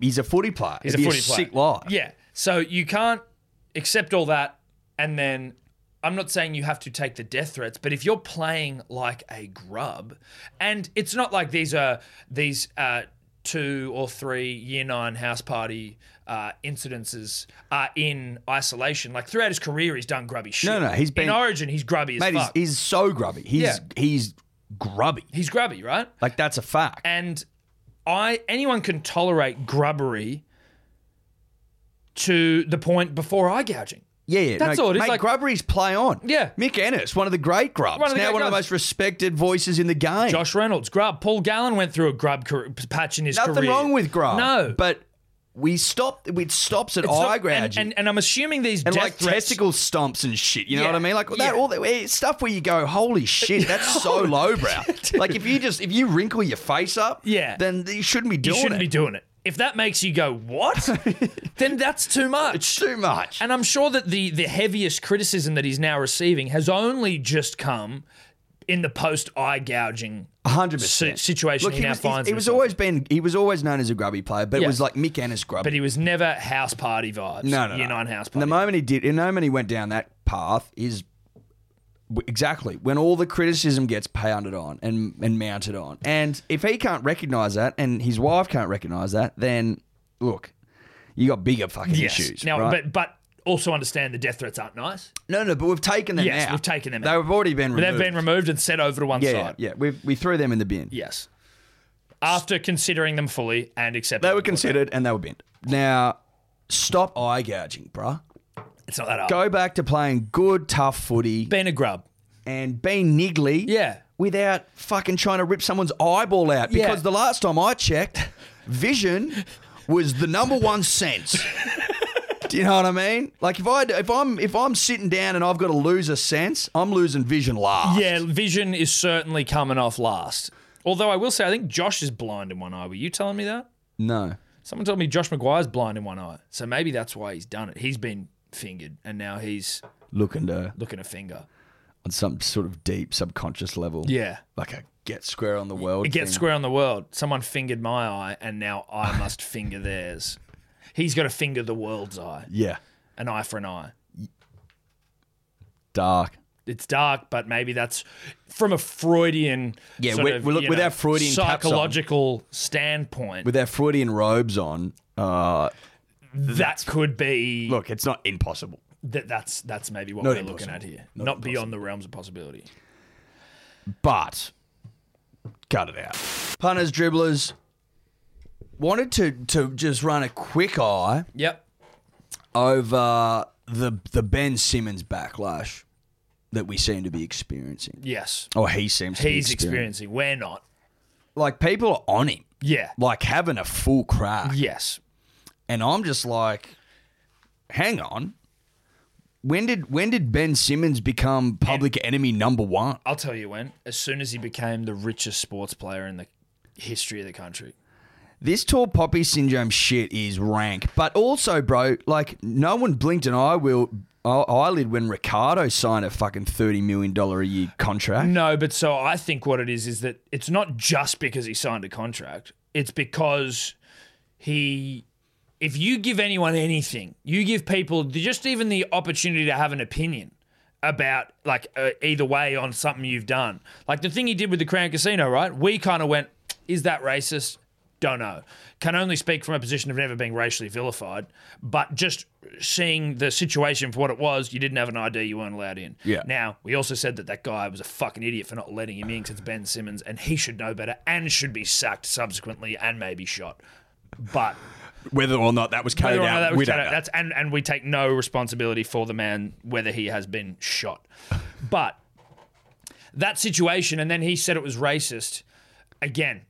Speaker 3: He's a footy player.
Speaker 2: He's
Speaker 3: It'd be
Speaker 2: a footy player.
Speaker 3: Sick life.
Speaker 2: Yeah. So you can't accept all that and then I'm not saying you have to take the death threats, but if you're playing like a grub, and it's not like these are these uh, two or three year nine house party uh, incidences are in isolation. Like throughout his career, he's done grubby shit.
Speaker 3: No, no, he's been-
Speaker 2: in Origin. He's grubby as
Speaker 3: mate. He's,
Speaker 2: fuck.
Speaker 3: he's so grubby. He's he's grubby.
Speaker 2: he's grubby, right?
Speaker 3: Like that's a fact.
Speaker 2: and I anyone can tolerate grubbery to the point before eye gouging.
Speaker 3: Yeah, yeah.
Speaker 2: That's
Speaker 3: no,
Speaker 2: all it is,
Speaker 3: Mate,
Speaker 2: like-
Speaker 3: grubbery's play on.
Speaker 2: Yeah.
Speaker 3: Mick Ennis, one of the great grubs,
Speaker 2: One of the
Speaker 3: now
Speaker 2: great
Speaker 3: one of the
Speaker 2: grubs.
Speaker 3: most respected voices in the game.
Speaker 2: Josh Reynolds, grub. Paul Gallen went through a grub car- patch in his
Speaker 3: Nothing
Speaker 2: career.
Speaker 3: wrong with grub.
Speaker 2: No,
Speaker 3: but we stopped. It stops at
Speaker 2: It's not-
Speaker 3: eye
Speaker 2: and,
Speaker 3: gouging and,
Speaker 2: and, and I'm assuming these death
Speaker 3: like
Speaker 2: threats.
Speaker 3: testicle stomps and shit. You know
Speaker 2: Yeah,
Speaker 3: what I mean? Like that,
Speaker 2: yeah.
Speaker 3: all that eh, stuff where you go, holy shit, that's so lowbrow. like if you just if you wrinkle your face up,
Speaker 2: Yeah.
Speaker 3: then you shouldn't be
Speaker 2: you
Speaker 3: doing
Speaker 2: shouldn't
Speaker 3: it.
Speaker 2: be doing it. If that makes you go what, then that's too much.
Speaker 3: it's too much.
Speaker 2: And I'm sure that the the heaviest criticism that he's now receiving has only just come in the post eye gouging
Speaker 3: Hundred
Speaker 2: si-
Speaker 3: percent.
Speaker 2: situation
Speaker 3: Look,
Speaker 2: he,
Speaker 3: he
Speaker 2: now
Speaker 3: was,
Speaker 2: finds
Speaker 3: he, he was
Speaker 2: himself in.
Speaker 3: always been he was always known as a grubby player, but
Speaker 2: Yeah.
Speaker 3: it was like Mick Ennis grubby.
Speaker 2: but he was never house party vibes.
Speaker 3: No, no,
Speaker 2: year
Speaker 3: no.
Speaker 2: nine house
Speaker 3: And
Speaker 2: party.
Speaker 3: the moment he did, the moment he went down that path is w- exactly when all the criticism gets pounded on and and mounted on. And if he can't recognize that, and his wife can't recognize that, then look, you got bigger fucking
Speaker 2: Yes.
Speaker 3: issues.
Speaker 2: Now,
Speaker 3: right?
Speaker 2: but but also understand the death threats aren't nice.
Speaker 3: no, no, but we've taken them
Speaker 2: Yes,
Speaker 3: out.
Speaker 2: we've taken them
Speaker 3: They've
Speaker 2: out.
Speaker 3: already been
Speaker 2: But
Speaker 3: removed.
Speaker 2: they've been removed and set over to one
Speaker 3: Yeah, yeah,
Speaker 2: side.
Speaker 3: yeah. We we threw them in the bin.
Speaker 2: Yes. After considering them fully and accepting
Speaker 3: They were
Speaker 2: them.
Speaker 3: considered and they were binned. Now, stop eye gouging, bruh.
Speaker 2: It's not that hard.
Speaker 3: Go back to playing good, tough footy
Speaker 2: Being a grub.
Speaker 3: and being niggly.
Speaker 2: Yeah.
Speaker 3: without fucking trying to rip someone's eyeball out
Speaker 2: Yeah.
Speaker 3: because the last time I checked, vision was the number one sense. Do you know what I mean? Like if I if I'm if I'm sitting down and I've got to lose a sense, I'm losing vision last.
Speaker 2: Yeah, vision is certainly coming off last. Although I will say, I think Josh is blind in one eye. Were you telling me that?
Speaker 3: No.
Speaker 2: Someone told me Josh McGuire's blind in one eye. So maybe that's why he's done it. He's been fingered and now he's
Speaker 3: Looking to
Speaker 2: looking a finger.
Speaker 3: uh, on some sort of deep subconscious level.
Speaker 2: Yeah.
Speaker 3: Like a get square on the world.
Speaker 2: It gets
Speaker 3: thing.
Speaker 2: square on the world. Someone fingered my eye, and now I must finger theirs. He's got to finger the world's eye.
Speaker 3: Yeah.
Speaker 2: An eye for an eye.
Speaker 3: Dark.
Speaker 2: It's dark, but maybe that's from a Freudian.
Speaker 3: Yeah,
Speaker 2: sort
Speaker 3: we-
Speaker 2: of,
Speaker 3: we look-
Speaker 2: you
Speaker 3: with
Speaker 2: know,
Speaker 3: our Freudian caps on.
Speaker 2: psychological standpoint.
Speaker 3: With our Freudian robes on, uh,
Speaker 2: that could be
Speaker 4: Look, it's not impossible.
Speaker 2: that. That's that's maybe what
Speaker 3: Not
Speaker 2: we're looking
Speaker 3: impossible.
Speaker 2: at here.
Speaker 3: Not
Speaker 2: Not, beyond the realms of possibility.
Speaker 4: But cut it out.
Speaker 3: punters, dribblers, wanted to to just run a quick eye
Speaker 2: Yep.
Speaker 3: over the the Ben Simmons backlash that we seem to be experiencing.
Speaker 2: Yes.
Speaker 3: Or he seems to be
Speaker 2: He's
Speaker 3: experiencing.
Speaker 2: experiencing. We're not.
Speaker 3: Like people are on him,
Speaker 2: Yeah.
Speaker 3: like having a full crack.
Speaker 2: Yes.
Speaker 3: And I'm just like, hang on. When did when did Ben Simmons become public enemy number one?
Speaker 2: I'll tell you when. As soon as he became the richest sports player in the history of the country.
Speaker 3: This tall poppy syndrome shit is rank. But also, bro, like no one blinked an eye will eyelid when Ricardo signed a fucking thirty million dollar a year contract.
Speaker 2: No, but so I think what it is is that it's not just because he signed a contract. It's because he if you give anyone anything, you give people just even the opportunity to have an opinion about like uh, either way on something you've done. Like the thing he did with the Crown Casino, right? We kind of went, is that racist? Don't know. Can only speak from a position of never being racially vilified, but just seeing the situation for what it was, you didn't have an ID, you weren't allowed in.
Speaker 3: Yeah.
Speaker 2: Now, we also said that that guy was a fucking idiot for not letting him in because it's Ben Simmons and he should know better and should be sacked subsequently and maybe shot. But
Speaker 4: Mm. Whether or not that was carried
Speaker 2: whether or
Speaker 4: out,
Speaker 2: not that
Speaker 4: we
Speaker 2: was
Speaker 4: don't
Speaker 2: done,
Speaker 4: know.
Speaker 2: that's and and we take no responsibility for the man whether he has been shot. But that situation, and then he said it was racist. Again,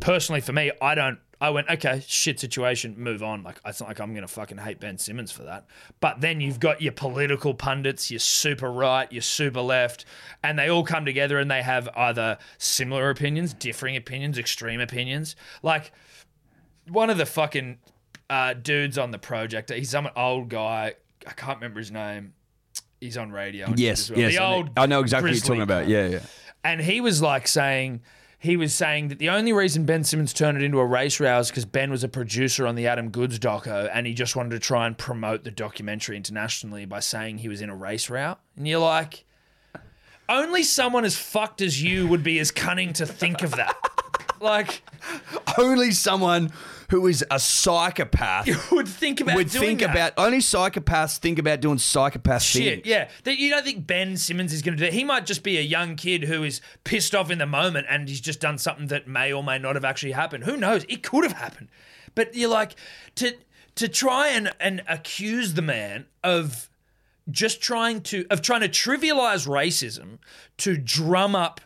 Speaker 2: personally for me, I don't. I went okay, shit situation, move on. Like it's not like I'm gonna fucking hate Ben Simmons for that. But then you've got your political pundits, your super right, your super left, and they all come together and they have either similar opinions, differing opinions, extreme opinions. Like one of the fucking uh, dudes on the project. He's some old guy. I can't remember his name. He's on radio. and shit
Speaker 3: Yes,
Speaker 2: as well.
Speaker 3: yes,
Speaker 2: The
Speaker 3: I know-
Speaker 2: old
Speaker 3: I know exactly what
Speaker 2: grizzly
Speaker 3: you're talking about. Yeah, yeah.
Speaker 2: and he was like saying he was saying that the only reason Ben Simmons turned it into a race row is because Ben was a producer on the Adam Goods doco, and he just wanted to try and promote the documentary internationally by saying he was in a race row. And you're like, only someone as fucked as you would be as cunning to think of that. Like,
Speaker 3: Only someone who is a psychopath
Speaker 2: would think about
Speaker 3: would
Speaker 2: doing
Speaker 3: think
Speaker 2: that.
Speaker 3: about only psychopaths think about doing psychopath
Speaker 2: shit.
Speaker 3: things.
Speaker 2: Yeah, That- you don't think Ben Simmons is going to do that. He might just be a young kid who is pissed off in the moment and he's just done something that may or may not have actually happened. Who knows? It could have happened. But you're like to to try and and accuse the man of just trying to of trying to trivialize racism to drum up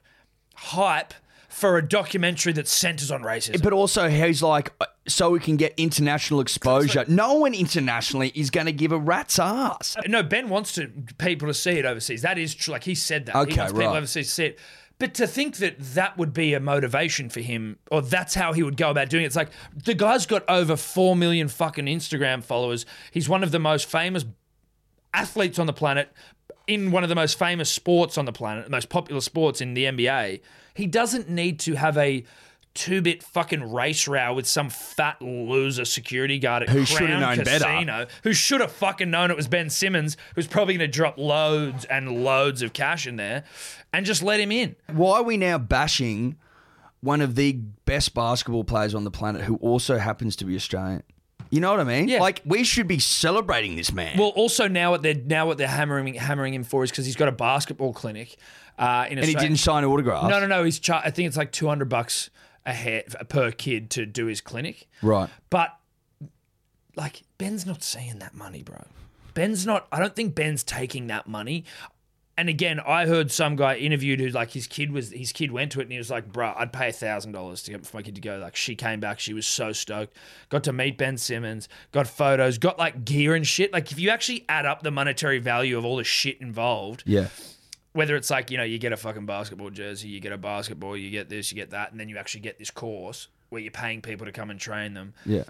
Speaker 2: hype for a documentary that centers on racism.
Speaker 3: But also, he's like, uh, so we can get international exposure. no one internationally is going to give a rat's ass.
Speaker 2: No, Ben wants to people to see it overseas. That is true. Like he said that.
Speaker 3: Okay,
Speaker 2: he wants people
Speaker 3: right.
Speaker 2: overseas to see it. But to think that that would be a motivation for him, or that's how he would go about doing it. It's like the guy's got over four million fucking Instagram followers. He's one of the most famous athletes on the planet in one of the most famous sports on the planet, the most popular sports in the NBA, he doesn't need to have a two bit fucking race row with some fat loser security guard at who
Speaker 3: should have
Speaker 2: Crown
Speaker 3: known better.
Speaker 2: Casino who should have fucking known it was Ben Simmons, who's probably going to drop loads and loads of cash in there and just let him in.
Speaker 3: Why are we now bashing one of the best basketball players on the planet who also happens to be Australian? You know what I mean?
Speaker 2: Yeah.
Speaker 3: Like, we should be celebrating this man.
Speaker 2: Well, also now what they're now what they're hammering hammering him for is because he's got a basketball clinic uh, in
Speaker 3: and he didn't sign autographs.
Speaker 2: No, no, no. He's char- I think it's like two hundred bucks a head per kid to do his clinic.
Speaker 3: Right.
Speaker 2: But like Ben's not seeing that money, bro. Ben's not. I don't think Ben's taking that money. And again, I heard some guy interviewed who like his kid was his kid went to it and he was like, "Bruh, I'd pay a thousand dollars to get for my kid to go." Like she came back, she was so stoked, got to meet Ben Simmons, got photos, got like gear and shit. Like if you actually add up the monetary value of all the shit involved,
Speaker 3: Yeah.
Speaker 2: whether it's like you know you get a fucking basketball jersey, you get a basketball, you get this, you get that, and then you actually get this course where you're paying people to come and train them.
Speaker 3: Yeah.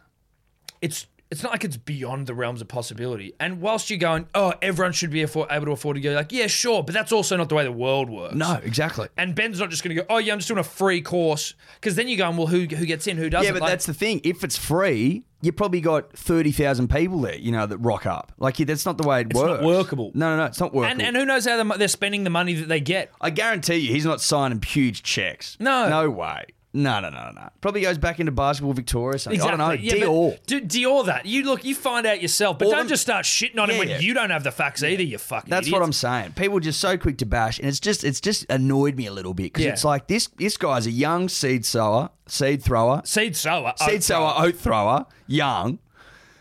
Speaker 2: It's it's not like it's beyond the realms of possibility. And whilst you're going, oh, everyone should be afford- able to afford to go, like, yeah, sure, but that's also not the way the world works.
Speaker 3: No, exactly.
Speaker 2: And Ben's not just going to go, oh, yeah, I'm just doing a free course. Because then you're going, well, who, who gets in, who doesn't?
Speaker 3: Yeah, but
Speaker 2: Like,
Speaker 3: that's the thing. If it's free, you probably got thirty thousand people there. You know that rock up. Like yeah, that's not the way it
Speaker 2: not
Speaker 3: works.
Speaker 2: workable.
Speaker 3: No, no, no. It's not workable.
Speaker 2: and, and who knows how the mo- they're spending the money that they get.
Speaker 3: I guarantee you, he's not signing huge checks.
Speaker 2: No.
Speaker 3: no way. No, no, no, no. no. Probably goes back into basketball Victoria. Or something. I don't know.
Speaker 2: Yeah, but
Speaker 3: Dior.
Speaker 2: Do, Dior that. You look, you find out yourself, but
Speaker 3: Or
Speaker 2: don't
Speaker 3: them-
Speaker 2: just start shitting on him
Speaker 3: Yeah,
Speaker 2: when
Speaker 3: yeah.
Speaker 2: you don't have the facts either, you fucking
Speaker 3: That's what
Speaker 2: idiots.
Speaker 3: I'm saying. People are just so quick to bash, and it's just it's just annoyed me a little bit because
Speaker 2: Yeah.
Speaker 3: it's like this this guy's a young seed sower, seed thrower,
Speaker 2: Seed sower.
Speaker 3: seed sower, oat thrower, young,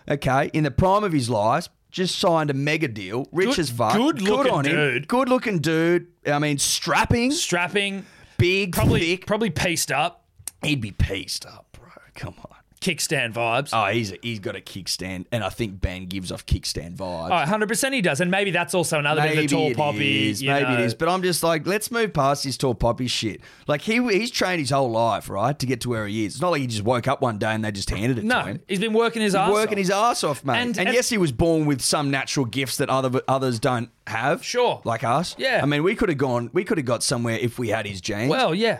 Speaker 3: okay, in the prime of his life, just signed a mega deal, rich
Speaker 2: Good-
Speaker 3: as fuck,
Speaker 2: good looking dude.
Speaker 3: good looking dude. I mean, strapping,
Speaker 2: Strapping.
Speaker 3: big,
Speaker 2: Probably,
Speaker 3: thick.
Speaker 2: probably pieced up.
Speaker 3: He'd be pieced up, bro. Come on.
Speaker 2: Kickstand vibes.
Speaker 3: Oh, he's a, he's got a kickstand, and I think Ben gives off kickstand vibes.
Speaker 2: Oh, 100% he does. And maybe that's also another bit of the tall
Speaker 3: it
Speaker 2: poppy.
Speaker 3: is,
Speaker 2: you
Speaker 3: Maybe it
Speaker 2: know.
Speaker 3: is. But I'm just like, let's move past this tall poppy shit. Like he he's trained his whole life, right, to get to where he is. It's not like he just woke up one day and they just handed it to
Speaker 2: No,
Speaker 3: him.
Speaker 2: he's been working his ass
Speaker 3: Working
Speaker 2: off.
Speaker 3: his ass off, mate.
Speaker 2: And-
Speaker 3: And,
Speaker 2: and-
Speaker 3: yes, he was born with some natural gifts that other others don't have.
Speaker 2: Sure.
Speaker 3: like us.
Speaker 2: Yeah.
Speaker 3: I mean, we could have gone. We could have got somewhere if we had his genes.
Speaker 2: Well, yeah.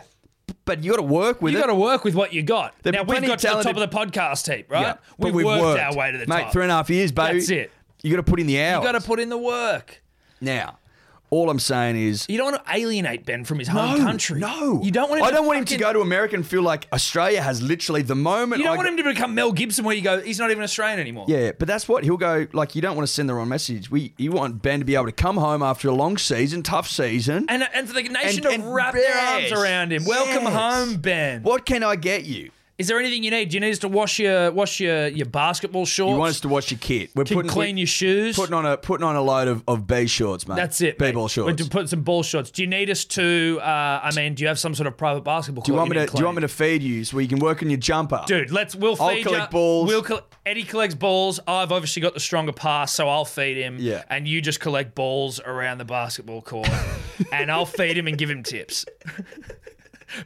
Speaker 3: but you got to work with
Speaker 2: you
Speaker 3: it.
Speaker 2: got to work with what you got.
Speaker 3: There'd be
Speaker 2: now, we've
Speaker 3: plenty
Speaker 2: got to the
Speaker 3: talented-
Speaker 2: top of the podcast heap, right?
Speaker 3: Yeah, but
Speaker 2: we've,
Speaker 3: we've
Speaker 2: worked,
Speaker 3: worked.
Speaker 2: our way to the
Speaker 3: mate.
Speaker 2: top.
Speaker 3: Three and a half years, baby.
Speaker 2: That's it.
Speaker 3: You got to put in the hours.
Speaker 2: you got to put in the work.
Speaker 3: now. All I'm saying is,
Speaker 2: You don't want to alienate Ben from his home country.
Speaker 3: No,
Speaker 2: You don't want him
Speaker 3: I don't want him
Speaker 2: fucking-
Speaker 3: to go to America and feel like Australia has literally the moment.
Speaker 2: You don't
Speaker 3: I
Speaker 2: want him
Speaker 3: go-
Speaker 2: to become Mel Gibson where you go, he's not even Australian anymore.
Speaker 3: Yeah, but that's what he'll go. Like you don't want to send the wrong message. We you want Ben to be able to come home after a long season, tough season.
Speaker 2: And, and for the nation
Speaker 3: And-
Speaker 2: to
Speaker 3: and
Speaker 2: wrap
Speaker 3: yes,
Speaker 2: their arms around him. Welcome
Speaker 3: yes.
Speaker 2: home, Ben.
Speaker 3: what can I get you?
Speaker 2: Is there anything you need? Do you need us to wash your wash your, your basketball shorts?
Speaker 3: You want us to watch your kid? We're
Speaker 2: Can clean your shoes?
Speaker 3: Putting on a putting on a load of, of B shorts, mate.
Speaker 2: That's it.
Speaker 3: B
Speaker 2: mate.
Speaker 3: ball
Speaker 2: We're
Speaker 3: shorts.
Speaker 2: to put some ball shorts. Do you need us to? Uh, I mean, do you have some sort of private basketball?
Speaker 3: do you want me to Do you want me to feed you so you can work on your jumper?
Speaker 2: Dude, let's. We'll feed
Speaker 3: I'll
Speaker 2: you.
Speaker 3: collect balls.
Speaker 2: We'll coll- Eddie collects balls. I've obviously got the stronger pass, so I'll feed him.
Speaker 3: Yeah.
Speaker 2: And you just collect balls around the basketball court, and I'll feed him and give him tips.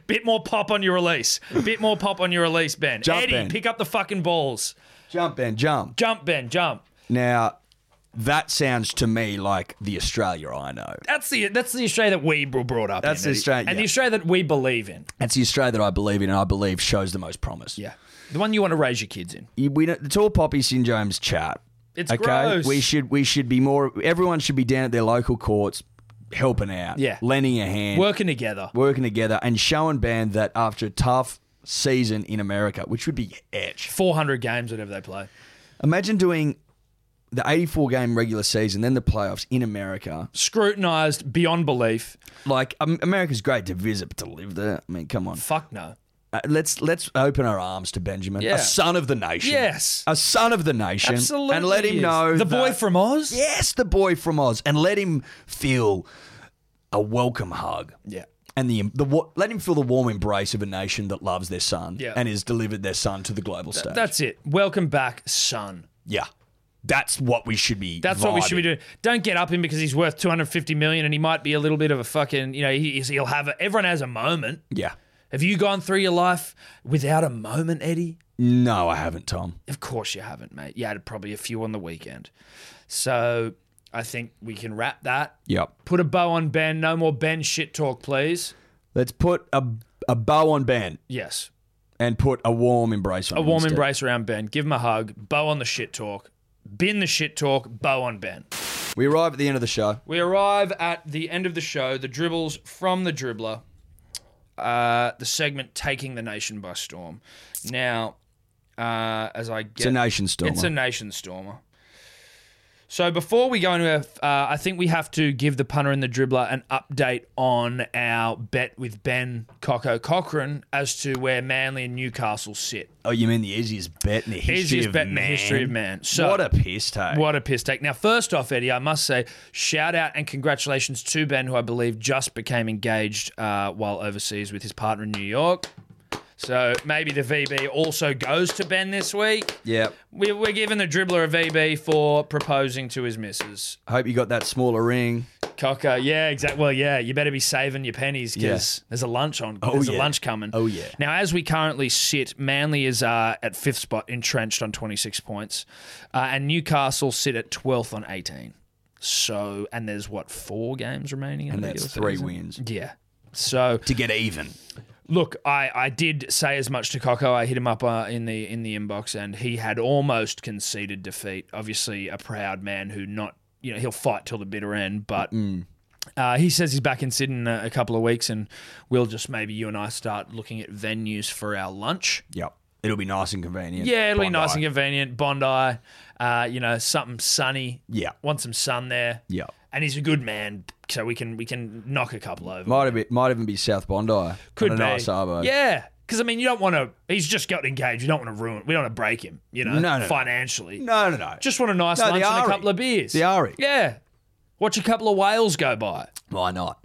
Speaker 2: Bit more pop on your release. Bit more pop on your release, Ben.
Speaker 3: Jump,
Speaker 2: Eddie,
Speaker 3: Ben.
Speaker 2: pick up the fucking balls.
Speaker 3: jump Ben, jump.
Speaker 2: Jump, Ben. Jump.
Speaker 3: Now, that sounds to me like the Australia I know.
Speaker 2: That's the that's the Australia that we were brought up.
Speaker 3: That's
Speaker 2: in,
Speaker 3: the
Speaker 2: Eddie.
Speaker 3: Australia-
Speaker 2: and the
Speaker 3: yeah.
Speaker 2: Australia that we believe in.
Speaker 3: It's the Australia that I believe in, and I believe shows the most promise.
Speaker 2: Yeah. The one you want to raise your kids in.
Speaker 3: You- we don't, the tall poppy syndrome's chat.
Speaker 2: It's gross.
Speaker 3: We should we should be more. Everyone should be down at their local courts, helping out,
Speaker 2: Yeah.
Speaker 3: lending a hand,
Speaker 2: Working together.
Speaker 3: working together, and showing band that after a tough season in America, which would be etch.
Speaker 2: 400 games, whatever they play.
Speaker 3: Imagine doing the eighty-four game regular season, then the playoffs in America.
Speaker 2: Scrutinized beyond belief.
Speaker 3: Like um, America's great to visit, but to live there, I mean, come on.
Speaker 2: Fuck no.
Speaker 3: Uh, let's let's open our arms to Benjamin,
Speaker 2: Yeah.
Speaker 3: a son of the nation.
Speaker 2: Yes.
Speaker 3: a son of the nation,
Speaker 2: Absolutely.
Speaker 3: and let him
Speaker 2: is.
Speaker 3: know
Speaker 2: The boy
Speaker 3: that-
Speaker 2: from Oz?
Speaker 3: Yes, the boy from Oz, and let him feel a welcome hug.
Speaker 2: Yeah.
Speaker 3: And the, the wa- let him feel the warm embrace of a nation that loves their son
Speaker 2: Yeah.
Speaker 3: and has delivered their son to the global stage.
Speaker 2: That's it. Welcome back, son.
Speaker 3: yeah, that's what we should be.
Speaker 2: That's what we should be
Speaker 3: vibing.
Speaker 2: doing. Don't get up him because he's worth 250 million and he might be a little bit of a fucking, you know, he, he'll have a, everyone has a moment.
Speaker 3: Yeah,
Speaker 2: Have you gone through your life without a moment, Eddie?
Speaker 3: no, I haven't, Tom.
Speaker 2: Of course you haven't, mate. You had probably a few on the weekend. So I think we can wrap that.
Speaker 3: Yep.
Speaker 2: Put a bow on Ben. No more Ben shit talk, please.
Speaker 3: Let's put a a bow on Ben
Speaker 2: Yes.
Speaker 3: and put a warm embrace on
Speaker 2: A
Speaker 3: him
Speaker 2: warm
Speaker 3: instead.
Speaker 2: embrace around Ben. Give him a hug. Bow on the shit talk. Bin the shit talk. Bow on Ben.
Speaker 3: We arrive at the end of the show.
Speaker 2: We arrive at the end of the show. The dribbles from the dribbler. Uh, the segment taking the nation by storm. Now, uh, as I get
Speaker 3: It's a nation storm.
Speaker 2: It's a nation stormer. So before we go into our, uh, I think we have to give the punter and the dribbler an update on our bet with Ben Coco Cochran as to where Manly and Newcastle sit.
Speaker 3: oh, you mean the easiest bet in the history
Speaker 2: Easiest
Speaker 3: of
Speaker 2: bet in the
Speaker 3: man?
Speaker 2: history of man. So
Speaker 3: what a piss take.
Speaker 2: what a piss take. Now, first off, Eddie, I must say, shout out and congratulations to Ben, who I believe just became engaged uh, while overseas with his partner in New York. So maybe the VB also goes to Ben this week.
Speaker 3: Yeah.
Speaker 2: We, we're giving the dribbler a VB for proposing to his missus.
Speaker 3: I hope you got that smaller ring.
Speaker 2: Cocker, yeah, exactly. Well, yeah, you better be saving your pennies because
Speaker 3: Yeah.
Speaker 2: there's a lunch on. there's a
Speaker 3: yeah.
Speaker 2: lunch coming.
Speaker 3: Oh, yeah.
Speaker 2: Now, as we currently sit, Manly is uh, at fifth spot, entrenched on 26 points, uh, and Newcastle sit at 12th on 18. So, and there's what four games remaining, in
Speaker 3: And
Speaker 2: the
Speaker 3: that's
Speaker 2: regular
Speaker 3: three
Speaker 2: season?
Speaker 3: wins.
Speaker 2: Yeah. So
Speaker 4: to get even.
Speaker 2: Look, I, I did say as much to Coco. I hit him up uh, in the in the inbox, and he had almost conceded defeat. Obviously, a proud man who not you know he'll fight till the bitter end, but. Uh, he says he's back in Sydney in a, a couple of weeks, and we'll just maybe you and I start looking at venues for our lunch.
Speaker 3: Yep. It'll be nice and convenient.
Speaker 2: Yeah, it'll be nice and
Speaker 3: Bondi.
Speaker 2: convenient. Bondi, uh, you know, something sunny.
Speaker 3: Yeah.
Speaker 2: want some sun there.
Speaker 3: Yeah.
Speaker 2: and he's a good man, so we can we can knock a couple over.
Speaker 3: Might have been, might even be South Bondi.
Speaker 2: Could
Speaker 3: on a
Speaker 2: be.
Speaker 3: nice arvo.
Speaker 2: Yeah. Because, I mean, you don't want to. He's just got engaged. You don't want to ruin. We don't want to break him, you know,
Speaker 3: No, no, no.
Speaker 2: financially.
Speaker 3: No, no, no.
Speaker 2: Just want a nice
Speaker 3: No, the
Speaker 2: lunch and a
Speaker 3: Ari.
Speaker 2: couple of beers.
Speaker 3: The Ari.
Speaker 2: Yeah. Watch a couple of whales go by.
Speaker 3: why not?